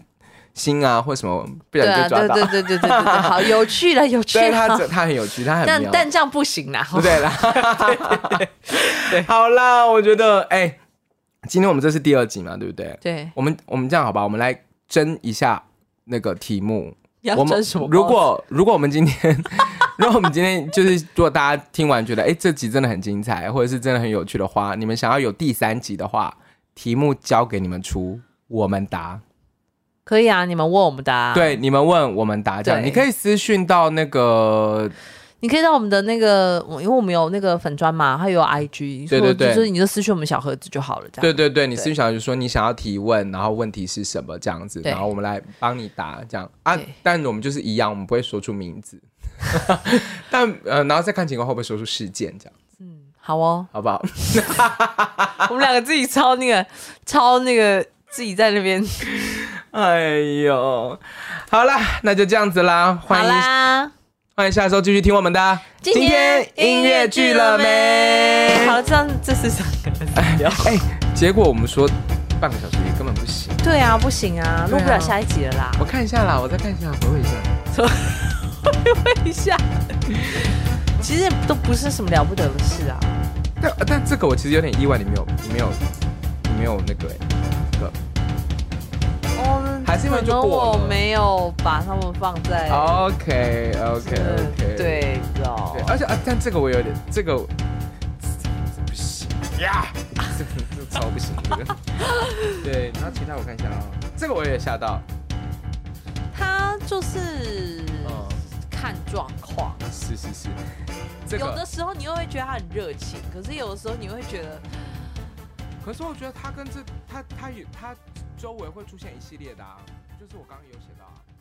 Speaker 1: 心啊或什么，不小
Speaker 2: 对
Speaker 1: 心
Speaker 2: 啊，
Speaker 1: 被抓
Speaker 2: 对
Speaker 1: 到。
Speaker 2: 对对对对对对，好有趣了，有趣
Speaker 1: 对他
Speaker 2: 了。
Speaker 1: 这他很有趣，他很
Speaker 2: 但
Speaker 1: 妙
Speaker 2: 但这样不行啦，
Speaker 1: 对不对啦？对， 好啦，我觉得，哎、今天我们这是第二集嘛，对不对？
Speaker 2: 对，
Speaker 1: 我们我们这样好吧，我们来争一下那个题目。
Speaker 2: 你要
Speaker 1: 我
Speaker 2: 争
Speaker 1: 们
Speaker 2: 什么包子？哦
Speaker 1: 如果如果我们今天， 如果我们今天就是，如果大家听完觉得，哎、这集真的很精彩，或者是真的很有趣的话，你们想要有第三集的话，题目交给你们出。我们答，
Speaker 2: 可以啊，你们问我们答、啊。，
Speaker 1: 对，你们问我们答，这样
Speaker 2: 对
Speaker 1: 你可以私讯到那个
Speaker 2: 你可以到我们的那个，我因为我们有那个粉砖嘛，还有
Speaker 1: 对
Speaker 2: IG，所以
Speaker 1: 对对
Speaker 2: 就是你就私讯我们小盒子就好了，这样。
Speaker 1: 对对对，你
Speaker 2: 对
Speaker 1: 私想就说你想要提问，然后问题是什么这样子，
Speaker 2: 对
Speaker 1: 然后我们来帮你答这样啊
Speaker 2: 对。
Speaker 1: 但我们就是一样，我们不会说出名字， 但呃，然后再看情况会不会说出事件这样，，
Speaker 2: 好哦
Speaker 1: 好不 好？
Speaker 2: 我们两个自己抄那个，抄那个自己在那边。
Speaker 1: 哎呦，好啦，那就这样子啦，欢
Speaker 2: 好
Speaker 1: 迎
Speaker 2: 啦，
Speaker 1: 欢迎下周继续听我们的啊
Speaker 2: 今天音乐剧了没？好，这样这是三个人。
Speaker 1: 哎，结果我们说半个小时也根本不行，
Speaker 2: 对啊，不行啊，录
Speaker 1: 对啊
Speaker 2: 不了下一集了啦。
Speaker 1: 我看一下啦，我再看一下，回味一下。
Speaker 2: 一下， 其实都不是什么了不得的事啊。
Speaker 1: 但但这个我其实有点意外，你没有你没有你没有那个哎、那个。
Speaker 2: 哦，
Speaker 1: 还是因为就
Speaker 2: 可能
Speaker 1: 过了
Speaker 2: 我没有把他们放在
Speaker 1: OK OK
Speaker 2: 嗯
Speaker 1: OK，
Speaker 2: 对哦
Speaker 1: 对，。而且啊，但这个我有点这个我这这不行呀， 这这超不行这个。 对，然后其他我看一下啊，这个我也吓到，
Speaker 2: 他就是
Speaker 1: 嗯
Speaker 2: 看状况。
Speaker 1: 是是是，嗯这
Speaker 2: 有的
Speaker 1: 个。
Speaker 2: 时候你又会觉得他很热情，可是有的时候你会觉得，
Speaker 1: 可是我觉得他跟这他他有他周围会出现一系列的啊，就是我刚刚有写到啊。